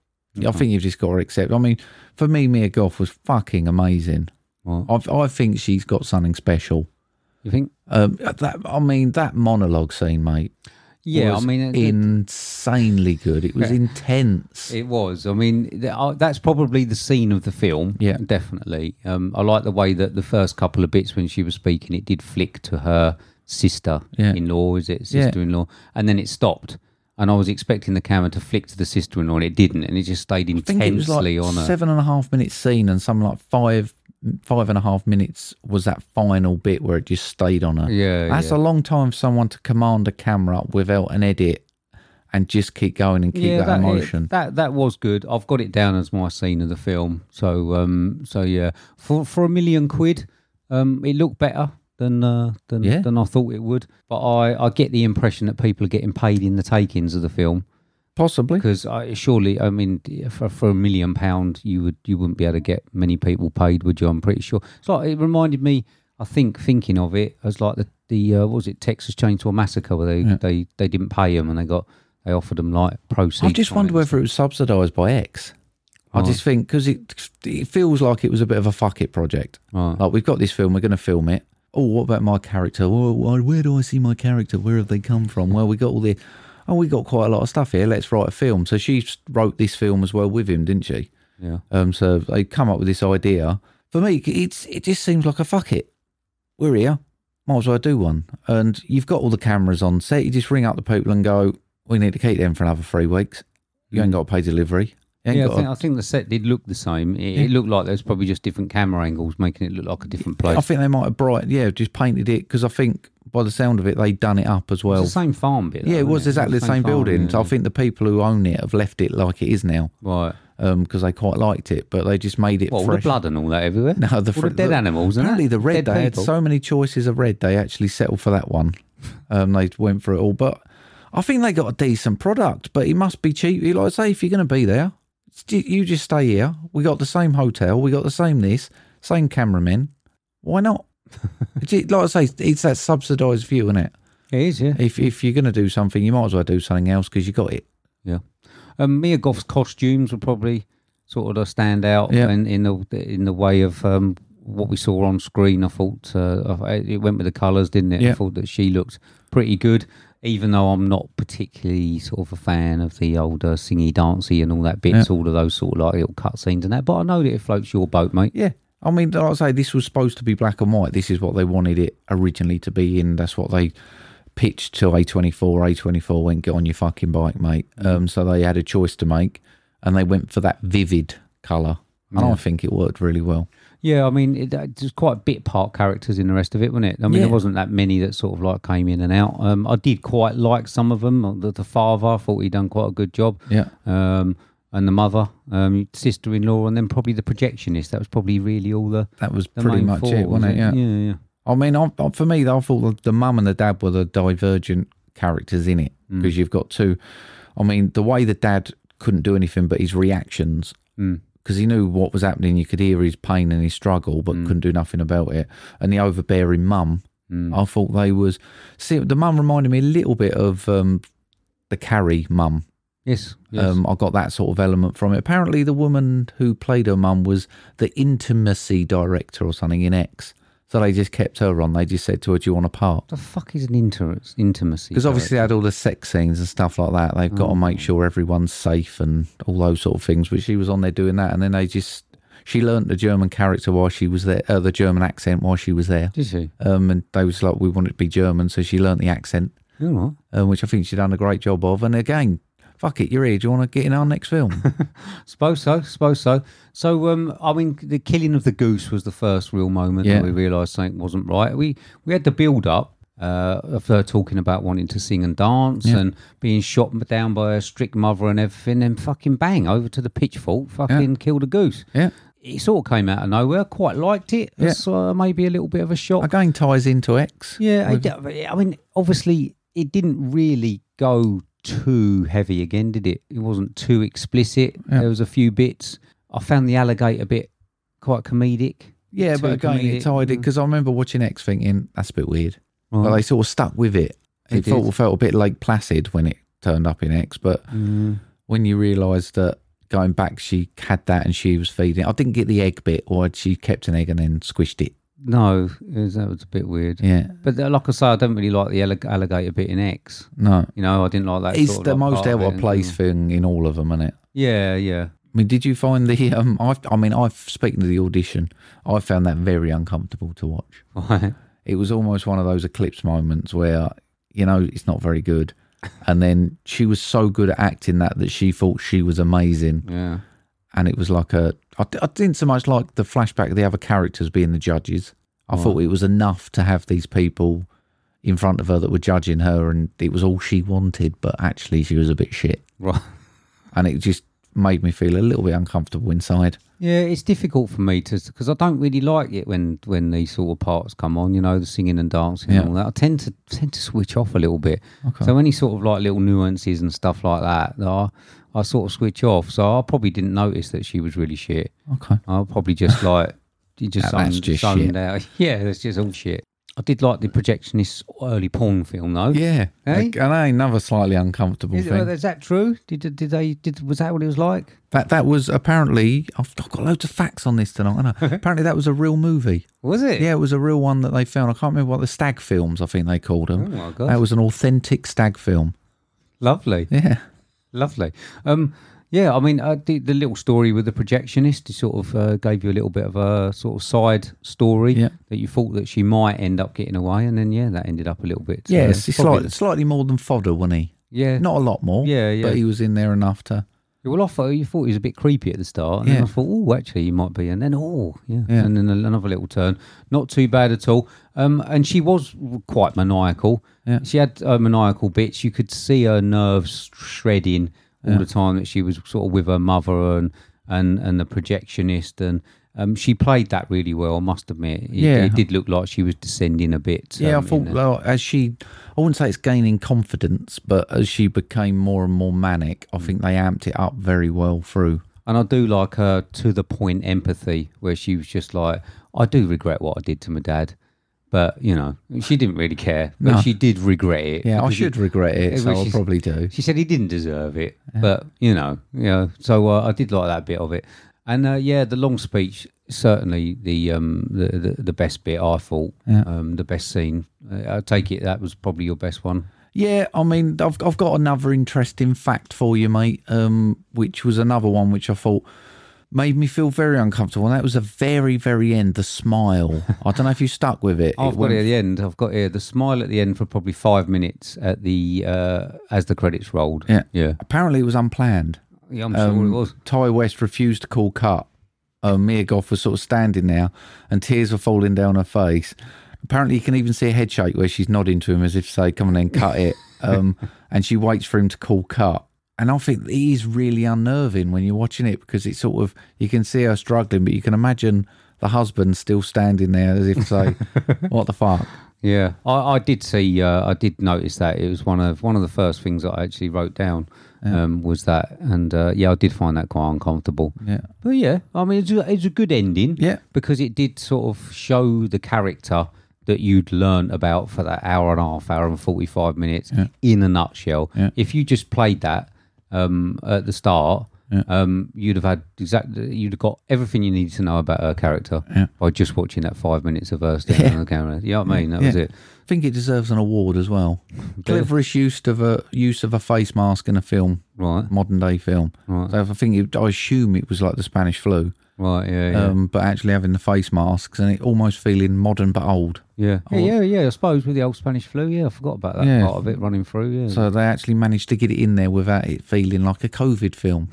I think you've just got to accept. I mean, for me, Mia Goff was fucking amazing. Right. I've, I think she's got something special. You think? Um, that I mean, that monologue scene, mate. Yeah, I was mean, it- it- insanely good. It was intense. It was. I mean, th- uh, that's probably the scene of the film. Yeah. definitely. Um, I like the way that the first couple of bits when she was speaking, it did flick to her sister-in-law. Is it Yeah. sister-in-law? And then it stopped. And I was expecting the camera to flick to the sister-in-law, and it didn't. And it just stayed I think it was like intensely on her. seven and a half minutes scene, and something like five, five and a half minutes was that final bit where it just stayed on her. Yeah, that's yeah. a long time for someone to command a camera without an edit and just keep going and keep that, it- emotion. that that was good. I've got it down as my scene of the film. So um, so yeah, for for a million quid, um, it looked better than uh, than Yeah. than I thought it would. But I I get the impression that people are getting paid in the takings of the film Possibly. because I, surely I mean for, for a million pound you would you wouldn't be able to get many people paid, would you? I'm pretty sure. So it reminded me. I think thinking of it as like the the uh, what was it Texas Chainsaw Massacre where they, they they didn't pay them and they got. They offered them like proceeds. I just from it wonder and whether it was subsidised by X. I Right. just think because it it feels like it was a bit of a fuck it project. Right. Like we've got this film, we're going to film it. Oh, what about my character? Oh, wh- where do I see my character? Where have they come from? Well, we got all the oh, we got quite a lot of stuff here. Let's write a film. So she s- wrote this film as well with him, didn't she? Yeah. Um, so they come up with this idea. For me, it's it just seems like a fuck it. We're here. Might as well do one. And you've got all the cameras on set. You just ring up the people and go, "We need to keep them for another three weeks. You ain't got to pay delivery. You ain't Yeah, I got think, I think the set did look the same. It, it looked like there's probably just different camera angles making it look like a different place. I think they might have bright, yeah, just painted it because I think by the sound of it, they done it up as It's well. the same farm bit. though, yeah, it wasn't was exactly the same, farm, building. yeah. So I think the people who own it have left it like it is now Right. because they quite liked it, but they just made it Well, all the fresh. blood and all that everywhere. No, the, all fr- the dead the- animals. and Apparently, that. the red Dead they had people. so many choices of red they actually settled for that one. Um, they went for it all, but I think they got a decent product. But it must be cheap. Like I say, if you're going to be there, it's ju- you just stay here. We got the same hotel, we got the same this, same cameramen. Why (laughs) not? It's ju- like I say, it's that subsidised view, isn't it? It is, yeah. If if you're going to do something, you might as well do something else because you got it. Yeah. Um, Mia Goff's costumes were probably sort of stand out Yeah. in, in the in the way of um, what we saw on screen. I thought uh, I- it went with the colours, didn't it? I Yeah. thought that she looked pretty good, even though I'm not particularly sort of a fan of the older singy, dancey, and all that bits, all of those sort of like little cutscenes and that. But I know that it floats your boat, mate. Yeah. I mean, like I say, this was supposed to be black and white. This is what they wanted it originally to be in. That's what they pitched to A24. A24 went, get on your fucking bike, mate. Um, so they had a choice to make and they went for that vivid colour. And I think it worked really well. Yeah, I mean, it, uh, just quite bit part characters in the rest of it, wasn't it? I mean, there Yeah. wasn't that many that sort of like came in and out. Um, I did quite like some of them. The, the father, I thought he'd done quite a good job. Yeah. Um, and the mother, um, sister-in-law, and then probably the projectionist. That was probably really all the. That was the pretty main much four, it, wasn't it? Yeah. yeah, yeah. I mean, I, I, for me, I thought the, the mum and the dad were the divergent characters in it because you've got two. I mean, the way the dad couldn't do anything but his reactions Mm. because he knew what was happening. You could hear his pain and his struggle, but couldn't do nothing about it. And the overbearing mum, I thought they was. See, the mum reminded me a little bit of um, the Carrie mum. Yes. yes. Um, I got that sort of element from it. Apparently, the woman who played her mum was the intimacy director or something in X. So they just kept her on. They just said to her, "Do you want a part?" the fuck is an inter- intimacy? Because obviously they had all the sex scenes and stuff like that. They've got to Mm. make sure everyone's safe and all those sort of things. But she was on there doing that, and then they just she learnt the German character while she was there, uh, the German accent while she was there. director? Did she? Um, and they was like, "We want it to be German," so she learnt the accent All right. um, which I think she's done a great job of. And again, fuck it, you're here. Do you want to get in our next (laughs) film? Suppose so. Suppose so. So, um, I mean, the killing of the goose was the first real moment Yeah. that we realised something wasn't right. We we had the build up uh, of her talking about wanting to sing and dance and being shot down by her strict mother and everything, and fucking bang over to the pitchfork, fucking killed a goose. yeah. It sort of came out of nowhere. Quite liked it. Yeah. So maybe a little bit of a shock. Again, ties into X. Yeah, I, d- I mean, obviously, it didn't really go too heavy again, did it? It wasn't too explicit. There was a few bits. I found the alligator bit quite comedic. Yeah, Too but again, comedic. it tied it because I remember watching X thinking that's a bit weird, but they sort of stuck with it. Mm. They It felt, did. felt a bit like Placid when it turned up in X, but mm, when you realise that going back, she had that and she was feeding. it. I didn't get the egg bit, or had she kept an egg and then squished it. No, it was- that was a bit weird. Yeah. But uh, like I say, I don't really like the allig- alligator bit in X. No. You know, I didn't like that. It's sort of, the like, most part of out of it. place thing in all of them, isn't it? Yeah, yeah. (laughs) I mean, did you find the? (laughs) Um, I, I mean, I've speaking to the audition, I found that very uncomfortable to watch. Right. It was almost one of those eclipse moments where you know it's not very (laughs) good, and then she was so good at acting that that she thought she was amazing, Yeah. and it was like a. I, d- I didn't so much like the flashback of the other characters being the judges. I thought it was enough to have these people in front of her that were judging her, and it was all she wanted. But actually, she was a bit shit, Right. (laughs) and it just made me feel a little bit uncomfortable inside. Yeah, it's difficult for me to because I don't really like it when when these sort of parts come on. You know, the singing and dancing Yeah. and all that. I tend to tend to switch off a little bit. So any sort of like little nuances and stuff like that, I I sort of switch off. So I probably didn't notice that she was really shit. Okay. I'll (laughs) probably just like you just That- that's zoned, just zoned shit. out. (laughs) Yeah, that's just all shit. I did like the projectionist early porn film though. Yeah, Eh? Like, and I- another slightly uncomfortable Is, thing. is that true? Did did they did was that what it was like? that that was apparently I've, I've got loads of facts on this tonight. haven't (laughs) I? apparently, that was a real movie. Was it? Yeah, it was a real one that they found. I can't remember what the stag films I think they called them. Oh, my God. That was an authentic stag film. Lovely. Yeah, Lovely. Um, yeah, I mean, uh, the, the little story with the projectionist it sort of uh, gave you a little bit of a sort of side story Yeah. that you thought that she might end up getting away, and then yeah, that ended up a little bit. yeah. uh, it's it's probably- slight- slightly more than fodder, wasn't he? yeah. Not a lot more. Yeah, yeah. But he was in there enough to. Well, I thought you thought he was a bit creepy at the start, and then Yeah. I thought, oh, actually, he might be, and then oh, yeah, Yeah. and then another little turn, not too bad at all. Um, and she was quite maniacal. Yeah. She had a maniacal bits. You could see her nerves shredding all the time that she was sort of with her mother and and and the projectionist, and um, she played that really well. I must admit, it, Yeah. it did look like she was descending a bit. Yeah, um, I in thought the- well, as she, I wouldn't say it's gaining confidence, but as she became more and more manic, Mm. I think they amped it up very well through. And I do like her to the point empathy where she was just like, I do regret what I did to my dad. But, you know, she didn't really care. But No. she did regret it. Yeah, I because should he- regret it, Yeah, so which I'll is- probably do. She said he didn't deserve it. But, you know, yeah. So uh, I did like that bit of it. And uh, yeah, the long speech, certainly the um, the, the, the best bit, I thought. Um, the best scene. Uh, I take it that was probably your best one. Yeah, I mean, I've I've got another interesting fact for you, mate. Um, which was another one which I thought made me feel very uncomfortable. And that was the very, very end, the (laughs) smile. I don't know if you stuck with it. I've It got went- it at the end. I've got here the smile at the end for probably five minutes at the uh, as the credits rolled. Yeah. yeah. Apparently, it was unplanned. Yeah, I'm Um, sure it was. Ty West refused to call cut. Um, Mia Goff was sort of standing now, and tears were falling down her face. Apparently, you can even see a head shake where she's nodding to him as if to say, "Come on, then cut it." (laughs) Um, and she waits for him to call cut. And I think it is really unnerving when you're watching it because it's sort of you can see her struggling, but you can imagine the husband still standing there as if to (laughs) say, "What the fuck." Yeah, I, I did see. Uh, I did notice that it was one of one of the first things that I actually wrote down um, was that, and uh, yeah, I did find that quite uncomfortable. Yeah. But yeah, I mean, it's a, it's a good ending. Yeah. because it did sort of show the character that you'd learn about for that hour and a half, hour and forty five minutes in a nutshell. Yeah. If you just played that um, at the start. Um, you'd have had exactly, you'd have got everything you needed to know about her character by just watching that five minutes of (laughs) her standing on the camera. You know what I mean? That was Yeah. it. I think it deserves an award as (laughs) well. Cleverest use of a use of a face mask in a film. Right. modern day film. Right. So I think it, I assume it was like the Spanish flu, Right. Yeah. Yeah. um, but actually having the face masks and it almost feeling modern but old. yeah. yeah. Yeah. Yeah. I suppose with the old Spanish flu. Yeah. I forgot about that oh, Yeah. part of it running through. Yeah. So they actually managed to get it in there without it feeling like a COVID (laughs) film,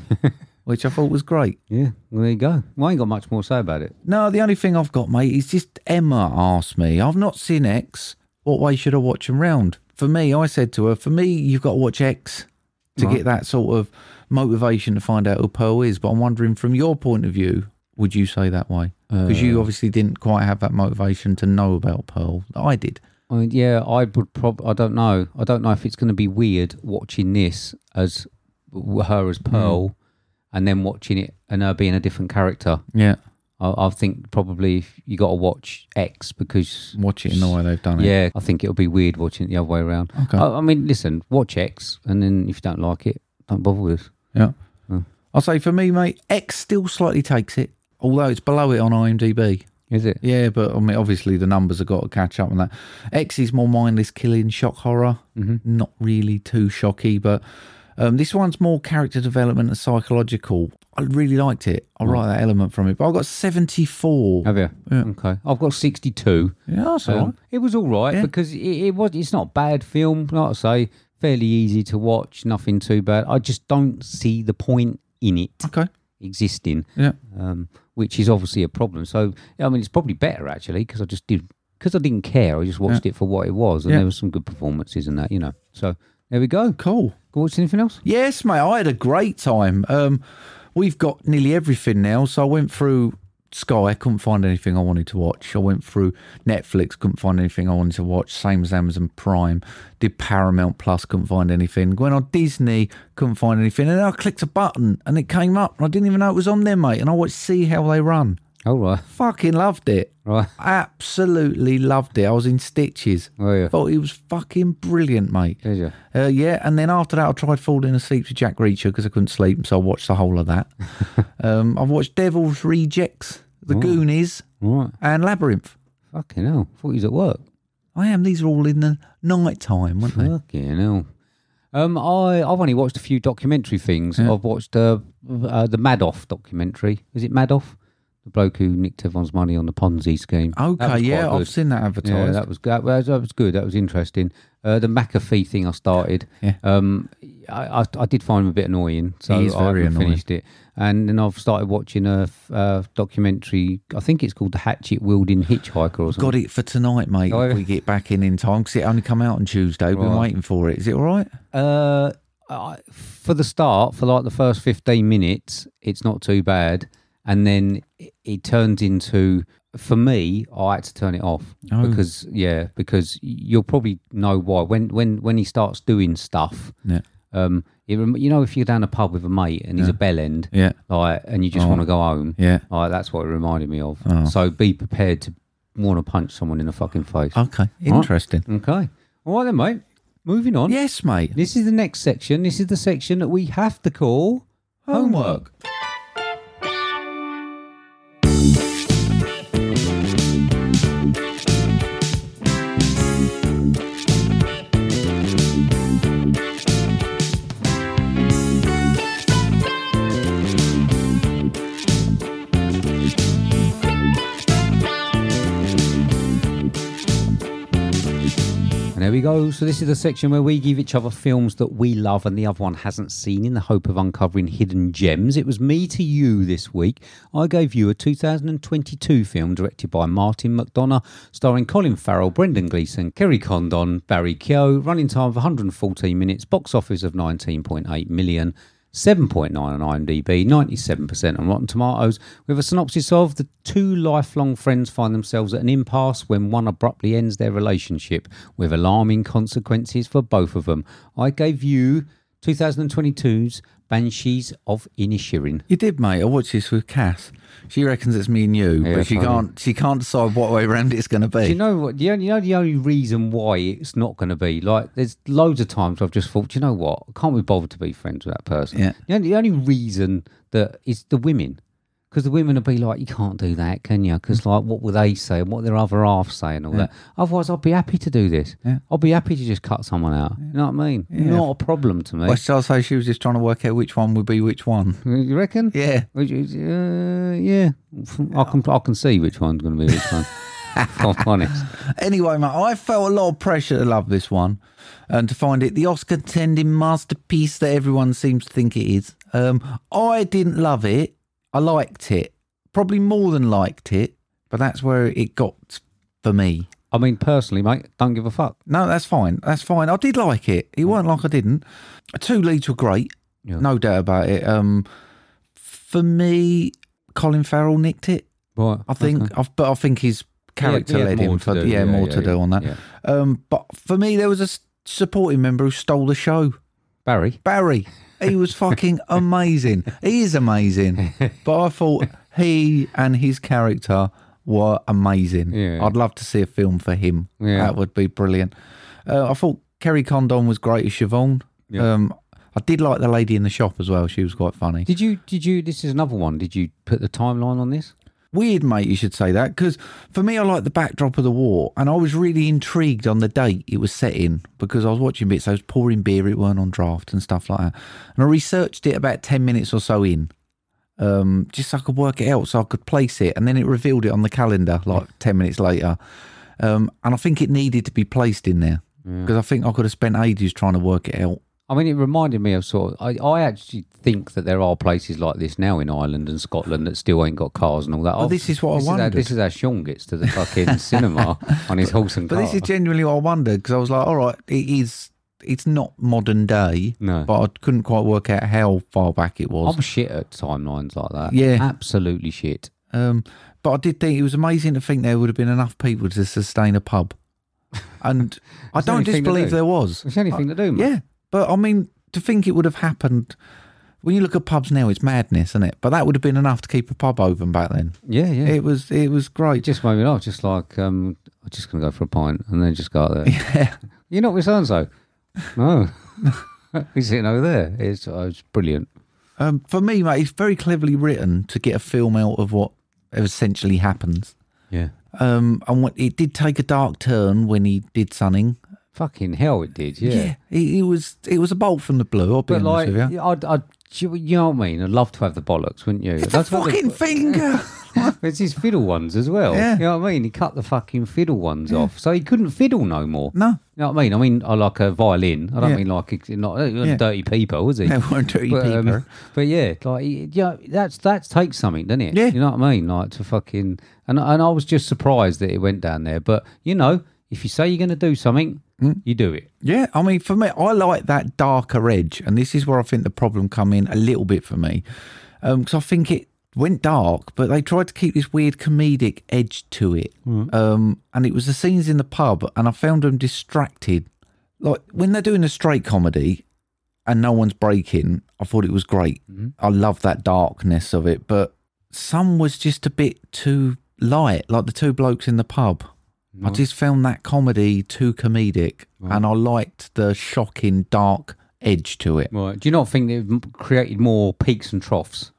which I thought was great. yeah. Well, there you go. Well, I ain't got much more to say about it. No, the only thing I've got, mate, is just Emma asked me, I've not seen X. What way should I watch 'em round? For me, I said to her, for me, you've got to watch X to get that sort of motivation to find out who Pearl is. But I'm wondering, from your point of view, would you say that way? Because you obviously didn't quite have that motivation to know about Pearl. I did. I mean, yeah. I would probably. I don't know. I don't know if it's going to be weird watching this as w- her Hmm. as Pearl, and then watching it and her being a different character. Yeah. I, I think probably you got to watch X because Watch it in the way they've done it. Yeah, I think it'll be weird watching it the other way around. Okay. I, I mean, listen, watch X, and then if you don't like it, don't bother with us. Yeah. I'll say for me, mate, X still slightly takes it, although it's below it on IMDb. Is it? Yeah, but I mean, obviously the numbers have got to catch up on that. X is more mindless killing, shock horror. Not really too shocky, but um, this one's more character development and psychological. I really liked it. I like that element from it. But I got 74. Have you? Yeah. Okay. I've got 62. Yeah, that's all Um, right. It was all right because it, it was. It's not a bad film. Like I say, fairly easy to watch. Nothing too bad. I just don't see the point in it Okay. existing, Yeah. um, which is obviously a problem. So I mean, it's probably better actually because I just did because I didn't care. I just watched it for what it was, and Yeah. there were some good performances and that, you know. So there we go. Cool. Go watch anything else? Yes, mate, I had a great time. Um, we've got nearly everything now. So I went through Sky, I couldn't find anything I wanted to watch. I went through Netflix, couldn't find anything I wanted to watch. Same as Amazon Prime. Did Paramount Plus, couldn't find anything. Went on Disney, couldn't find anything. And then I clicked a button and it came up and I didn't even know it was on there, mate. And I watched See How They Run. All right. (laughs) Fucking loved it. Right. Absolutely loved it. I was in stitches. Were you? Thought it was fucking brilliant, mate. Did you? Uh, yeah, and then after that, I tried falling asleep to Jack Reacher because I couldn't sleep, so I watched the whole of (laughs) that. um, I've watched Devil's Rejects, The Goonies, All right. and Labyrinth. Fucking hell. Thought he was at work. I am. These are all in the night time, weren't they? Fucking hell. Um, I I've only watched a few documentary things. I've watched uh, uh, the Madoff documentary. Is it Madoff? The bloke who nicked everyone's money on the Ponzi scheme. That Okay, was yeah, quite I've good. seen that advertised. Yeah, that was that was, that was good. That was interesting. Uh, the McAfee thing I started. Yeah. Um, I, I I did find him a bit annoying, so He is I very haven't annoying. finished it. And then I've started watching a f- uh, documentary. I think it's called The Hatchet Wielding Hitchhiker or something. Got it for tonight, mate. Oh, if yeah. we get back in in time because it only come out on Tuesday. We've been Right. waiting for it. Is it all right? Uh, I- for the start, for like the first 15 minutes, it's not too bad. And then it, it turns into, for me, I had to turn it off Oh. because, yeah, because you'll probably know why. When, when, when he starts doing stuff, Yeah. um, it, rem- you know, if you're down a pub with a mate and he's a bell end, Yeah. Oh. like, and you just want to go home, Yeah. Oh. like, that's what it reminded me of. So be prepared to want to punch someone in the fucking face. Okay. Interesting. okay. All right then, mate. Moving on. Yes, mate. This is the next section. This is the section that we have to call homework. And there we go. So this is the section where we give each other films that we love and the other one hasn't seen in the hope of uncovering hidden gems. It was me to you this week. I gave you a 2022 film directed by Martin McDonough, starring Colin Farrell, Brendan Gleeson, Kerry Condon, Barry Keogh, running time of 114 minutes, box office of 19.8 million. 7.9 on IMDb, 97% on Rotten Tomatoes, with a synopsis of the two lifelong friends find themselves at an impasse when one abruptly ends their relationship, with alarming consequences for both of them. I gave you 2022's Banshees of Inishirin. You did, mate. I watched this with Cass. She reckons it's me and you, Yeah, but she funny. can't. She can't decide what way around it's going to be. Do you know what? The only, you know the only reason why it's not going to be like there's loads of times I've just thought, "Do you know what? Can't we bother to be friends with that person? Yeah. The only, the only reason that is the women, because the women will be like, you can't do that, can you? Because like, what will they say and what their other half say and all that? Otherwise, I'd be happy to do this. Yeah. I'd be happy to just cut someone out. You know what I mean? Not a problem to me. Well, shall I say she was just trying to work out which one would be which one? you reckon? Yeah. Which is, uh, yeah. I can I can see which one's going to be which one. (laughs) if I'm honest. Anyway, mate, I felt a lot of pressure to love this one and to find it the Oscar tending masterpiece that everyone seems to think it is. Um, I didn't love it. I liked it. Probably more than liked it, but that's where it got for me. I mean, personally, mate, don't give a fuck. No, that's fine. That's fine. I did like it. It weren't like I didn't. Two leads were great. Yeah. No doubt about it. Um, for me, Colin Farrell nicked it. Right. I think, okay. I've, but I think his character he had led more him to for do, yeah, yeah, more yeah, to do yeah, on that. yeah. Um, but for me, there was a s- supporting member who stole the show, Barry. Barry. He was (laughs) fucking amazing. He is amazing. But I thought he and his character were amazing. Yeah. I'd love to see a film for him. Yeah. That would be brilliant. Uh, I thought Kerry Condon was great as Siobhan. Um, I did like the lady in the shop as well. She was quite funny. Did you? Did you? This is another one. Did you put the timeline on this? Weird, mate, you should say that because for me, I like the backdrop of the war, and I was really intrigued on the date it was set in because I was watching bits. I was pouring beer; it weren't on draft and stuff like that. And I researched it about ten minutes or so in, um, just so I could work it out, so I could place it, and then it revealed it on the calendar like ten minutes later. Um, and I think it needed to be placed in there because I think I could have spent ages trying to work it out. I mean, it reminded me of sort of. I, I actually think that there are places like this now in Ireland and Scotland that still ain't got cars and all that. Well, this is what I this how- wondered. this is how Sean gets to the (laughs) fucking cinema on his horse and But car. this is genuinely what I wondered because I was like, all right, it is. It's not modern day, No. but I couldn't quite work out how far back it was. I'm shit at timelines like that. Yeah. absolutely shit. Um, but I did think it was amazing to think there would have been enough people to sustain a pub, (laughs) and I It's the don't only thing to disbelieve do. there was. (laughs) It's the only thing to do, mate. Uh, Yeah, but I mean, to think it would have happened when you look at pubs now, it's madness, isn't it? But that would have been enough to keep a pub open back then. Yeah, yeah. It was, it was It great. just made me laugh. Just like um, I'm just gonna go for a pint and then just go (laughs) out there. You're not with so and so. No, (laughs) he's sitting over there. It's, uh, it's brilliant. Um, for me, mate, it's very cleverly written to get a film out of what essentially happens. Yeah. Um, and what, it did take a dark turn when he did something. Fucking hell, it did. Yeah. it, it was it was a bolt from the blue. I'll be But honest like, with you. I'd, I'd, you you know what I mean? I'd love to have the bollocks, wouldn't you? It's a I'd love to have fucking finger. the- it's his fiddle ones as well. Yeah. You know what I mean? He cut the fucking fiddle ones off, so he couldn't fiddle no more. No. You know what I mean? I mean, I like a violin. I don't Yeah. mean like a, not uh, Yeah. dirty people, was (laughs) he? They weren't dirty but, um, people. but yeah, like y- yeah, that's that takes something, doesn't it? Yeah. You know what I mean? Like to fucking and and I was just surprised that it went down there. But you know, if you say you're going to do something, Hmm? you do it. Yeah, I mean, for me, I like that darker edge, and this is where I think the problem come in a little bit for me, because Um, I think it went dark, but they tried to keep this weird comedic edge to it, um, and it was the scenes in the pub, and I found them distracted. Like when they're doing a straight comedy, and no one's breaking, I thought it was great. I love that darkness of it, but some was just a bit too light, like the two blokes in the pub. I just found that comedy too comedic, and I liked the shocking dark edge to it. Right? Do you not think they've m- created more peaks and troughs?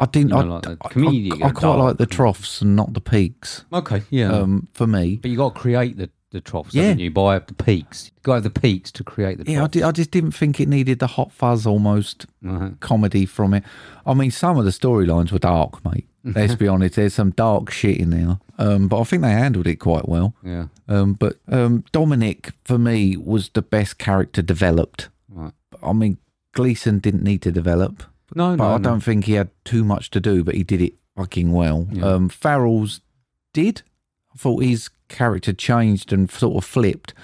I didn't. You know, I, like the I- I- comedic I, and quite dark. like the troughs and not the peaks. Okay, yeah. Um, for me, but you got to create the the troughs, Yeah. haven't you? By the peaks, you got to have the peaks to create the. yeah, I, troughs. did, I just didn't think it needed the hot fuzz almost Mhm. comedy from it. I mean, some of the storylines were dark, (laughs) mate. Let's be honest. There's some dark shit in there, um, but I think they handled it quite well. Yeah. Um, but um, Dominic, for me, was the best character developed. Right. I mean, Gleason didn't need to develop, No, but Oh, no, I no. don't think he had too much to do. But he did it fucking well. Um, Farrell's did. I thought his character changed and sort of flipped,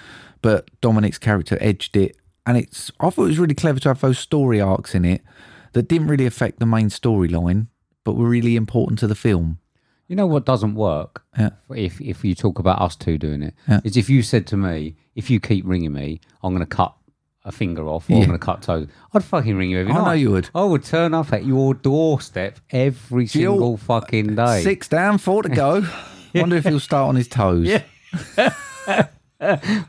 but Dominic's character edged it. And it's I thought it was really clever to have those story arcs in it that didn't really affect the main storyline, but were really important to the film. You know what doesn't work? Yeah. If if you talk about us two doing it, is Yeah. if you said to me, if you keep ringing me, I'm going to cut a finger off or Yeah. I'm going to cut toes. I'd fucking ring you every I night. know you would. I would turn up at your doorstep every Jill, single fucking day. Six down, four to (laughs) go. Wonder if he'll start on his toes. Yeah.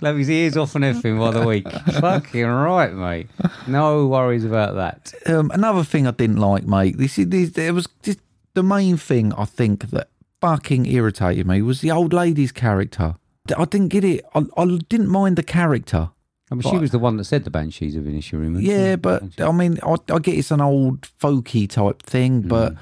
Love his ears off and everything by (laughs) the week. fucking right, mate. No worries about that. Um, another thing I didn't like, mate. This is this, there was just the main thing I think that fucking irritated me was the old lady's character. D- I didn't get it. I, I didn't mind the character. I mean, she was the one that said the banshees of Inisherin. Yeah, but I mean, I, I get it's an old folky type thing, but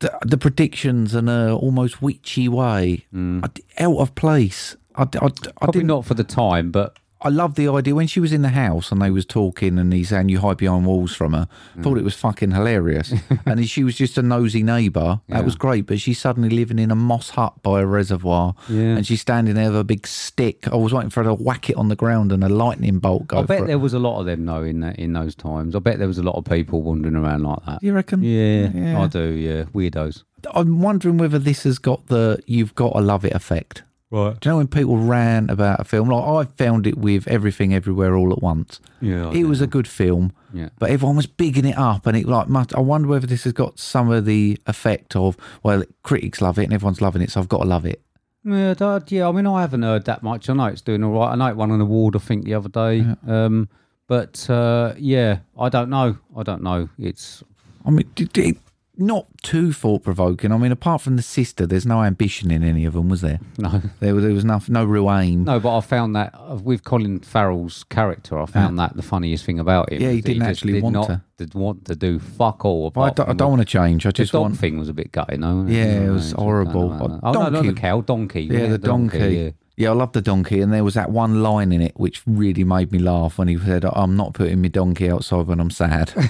the, the predictions and a almost witchy way I d out of place. I, d- I d- I probably didn't not for the time, but I love the idea when she was in the house and they was talking and he's saying you hide behind walls from her. Thought it was fucking (laughs) hilarious. and she was just a nosy neighbour. That was great. But she's suddenly living in a moss hut by a reservoir. Yeah. And she's standing there with a big stick. I was waiting for her to whack it on the ground and a lightning bolt go I bet for there it. was a lot of them though in that, in those times. I bet there was a lot of people wandering around like that. You reckon? Yeah, I do. Yeah, weirdos. I'm wondering whether this has got the you've got to love it effect. Right. Do you know when people ran about a film? Like I found it with Everything Everywhere All at Once. Oh, Yeah, I it was a good film, Yeah. but everyone was bigging it up, and it like must. I wonder whether this has got some of the effect of well, critics love it and everyone's loving it, so I've got to love it. Yeah, that- yeah. I mean, I haven't heard that much. I know it's doing all right. I know it won an award, I think, the other day. Um, but uh, yeah, I don't know. I don't know. It's I mean, did it, not too thought provoking. I mean, apart from the sister, there's no ambition in any of them, was there? No. There, there was no, no real aim. No, but I found that uh, with Colin Farrell's character, I found that the funniest thing about him. Yeah, he is that didn't just actually did want not to. Did want to do fuck all. I apart don't, I from don't want to change. I The just dog want. thing was a bit gutting, though. Yeah, it was horrible. Oh, no, not the Donkey. cow, donkey. Yeah, the donkey. yeah. yeah. I love the donkey. And there was that one line in it which really made me laugh when he said, I'm not putting my donkey outside when I'm sad. (laughs)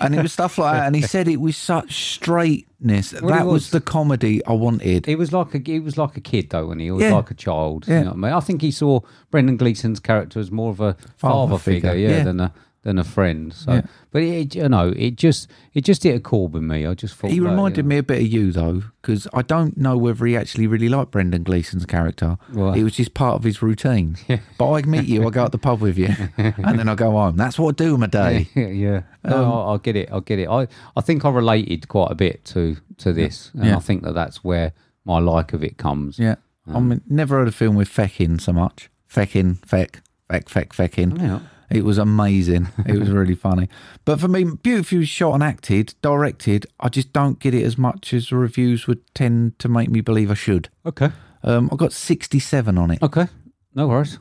and it was stuff like that. And he said it with such straightness. it that was. was. the comedy I wanted. He was like a he was like a kid though, and he He was Yeah. like a child. You Yeah. know what I mean? I think he saw Brendan Gleeson's character as more of a father, Father figure, figure, yeah, yeah. than a than a friend. So, Yeah. but it, you know, it just it just hit a chord with me. I just thought He like, reminded you know, me a bit of you though, because I don't know whether he actually really liked Brendan Gleeson's character. Right. It was just part of his (laughs) routine. but I meet you, I go out the pub (laughs) with you, and then I go home. That's what I do in my day. (laughs) yeah, yeah. No, Um, I, I get it. I get it. I, I think I related quite a bit to to this, and Yeah. I think that that's where my like of it comes. Yeah, I mean, never heard a film with feck in so much. Feck in, feck, feck, feck, feck in. Yeah. It was amazing. It was really funny. But for me, beautifully shot and acted, directed. I just don't get it as much as the reviews would tend to make me believe I should. Okay. Um, I got 67 on it. Okay. No worries.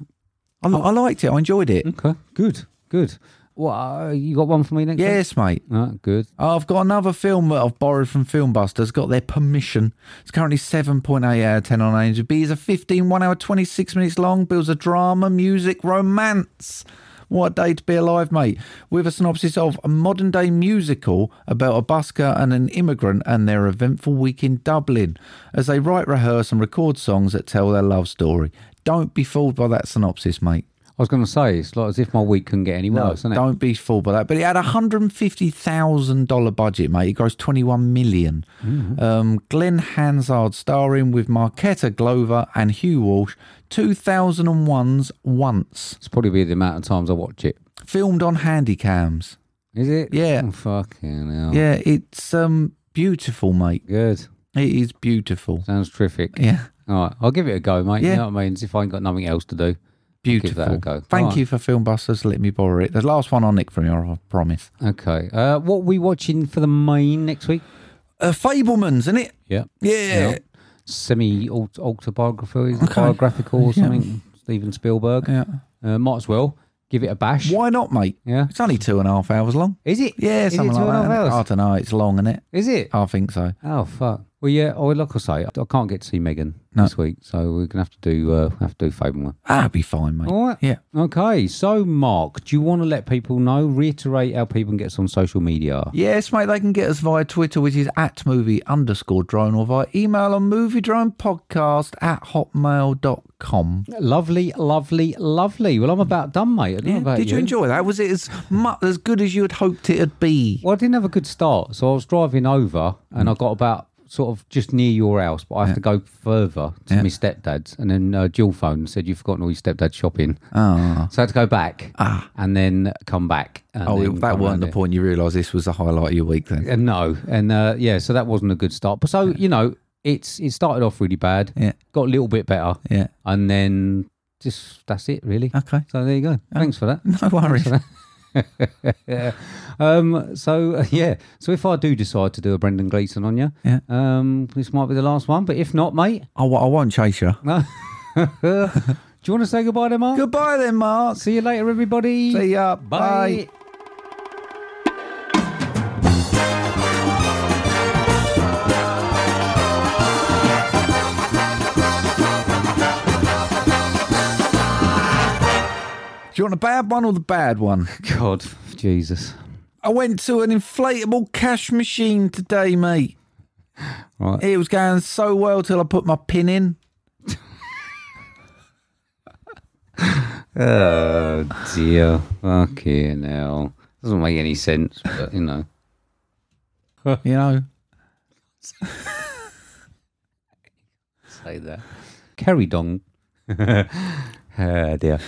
I, I liked it. I enjoyed it. Okay. Good. Good. What uh, you got one for me next? week? Yes, mate. Ah, good. Oh, I've got another film that I've borrowed from Filmbusters, got their permission. It's currently 7.8 out of 10 on IMDb. It's a 15, 1 hour, 26 minutes long, builds a drama, music, romance. What a day to be alive, mate. With a synopsis of a modern day musical about a busker and an immigrant and their eventful week in Dublin as they write, rehearse, and record songs that tell their love story. Don't be fooled by that synopsis, mate. I was going to say it's like as if my week couldn't get any No, worse, isn't it? don't be fooled by that. But it had a hundred and fifty thousand dollar budget, mate. It grossed twenty one million. Mm-hmm. Um, Glenn Hansard starring with Marquetta Glover and Hugh Walsh. 2001's Once, It's probably be the amount of times I watch it. filmed on handycams. Is it? Yeah. Oh, fucking hell. Yeah, it's um beautiful, mate. Good. It is beautiful. Sounds terrific. Yeah, All right, I'll give it a go, mate. You Yeah. know what I mean? As if I ain't got nothing else to do. beautiful. that a go. Thank Alright. you for Filmbusters letting me borrow it. The last one I'll nick from you, I promise. Okay. Uh, what we watching for the main next week? Uh, Fableman's, isn't it? Yeah. Yeah. Semi autobiographical, is it biographical or something? Steven Spielberg. Yeah. Uh, might as well give it a bash. Why not, mate? Yeah. It's only two and a half hours long. Is it? Yeah, Is it something two like and a that. innit? half I hours? don't know. It's long, isn't it? Is it? I think so. Oh fuck. Well, yeah. Oh, like I say, I can't get to see Megan this week, so we're gonna have to do uh, have to do Fableman. That'd be fine, mate. All right. Yeah. Okay. So, Mark, do you want to let people know, reiterate how people can get us on social media? Yes, mate, they can get us via Twitter, which is at movie underscore drone, or via email on movie drone podcast at hotmail.com. Lovely, lovely, lovely. Well, I'm about done, mate. I don't know Yeah. about Did you enjoy that? Was it as much, as good as you had hoped it would be? Well, I didn't have a good start, so I was driving over, and I got about sort of just near your house, but I have to go further to my stepdad's, and then uh, Jill phoned and said you've forgotten all your stepdad's shopping, Ah. so I had to go back and then come back. and Oh, then it- that come round weren't the here. point. You realised this was the highlight of your week then. And no, and uh, yeah, so that wasn't a good start. But so you know, it's it started off really bad. Yeah. got a little bit better. Yeah. and then just that's it, really. Okay. (laughs) So there you go. Ah. Thanks for that. No worries. Um, so uh, yeah, so if I do decide to do a Brendan Gleeson on you, Yeah. um, this might be the last one. But if not, mate, I, w- I won't chase you. uh, do you want to say goodbye to Mark? Goodbye then, Mark. See you later, everybody. See ya. Bye. Bye. Do you want a bad one or the bad one? God, Jesus. I went to an inflatable cash machine today, mate. Right. It was going so well till I put my pin in. Uh. Oh dear. Fucking hell. Doesn't make any sense, but you know. You know, (laughs) say that. Carry dong. oh dear.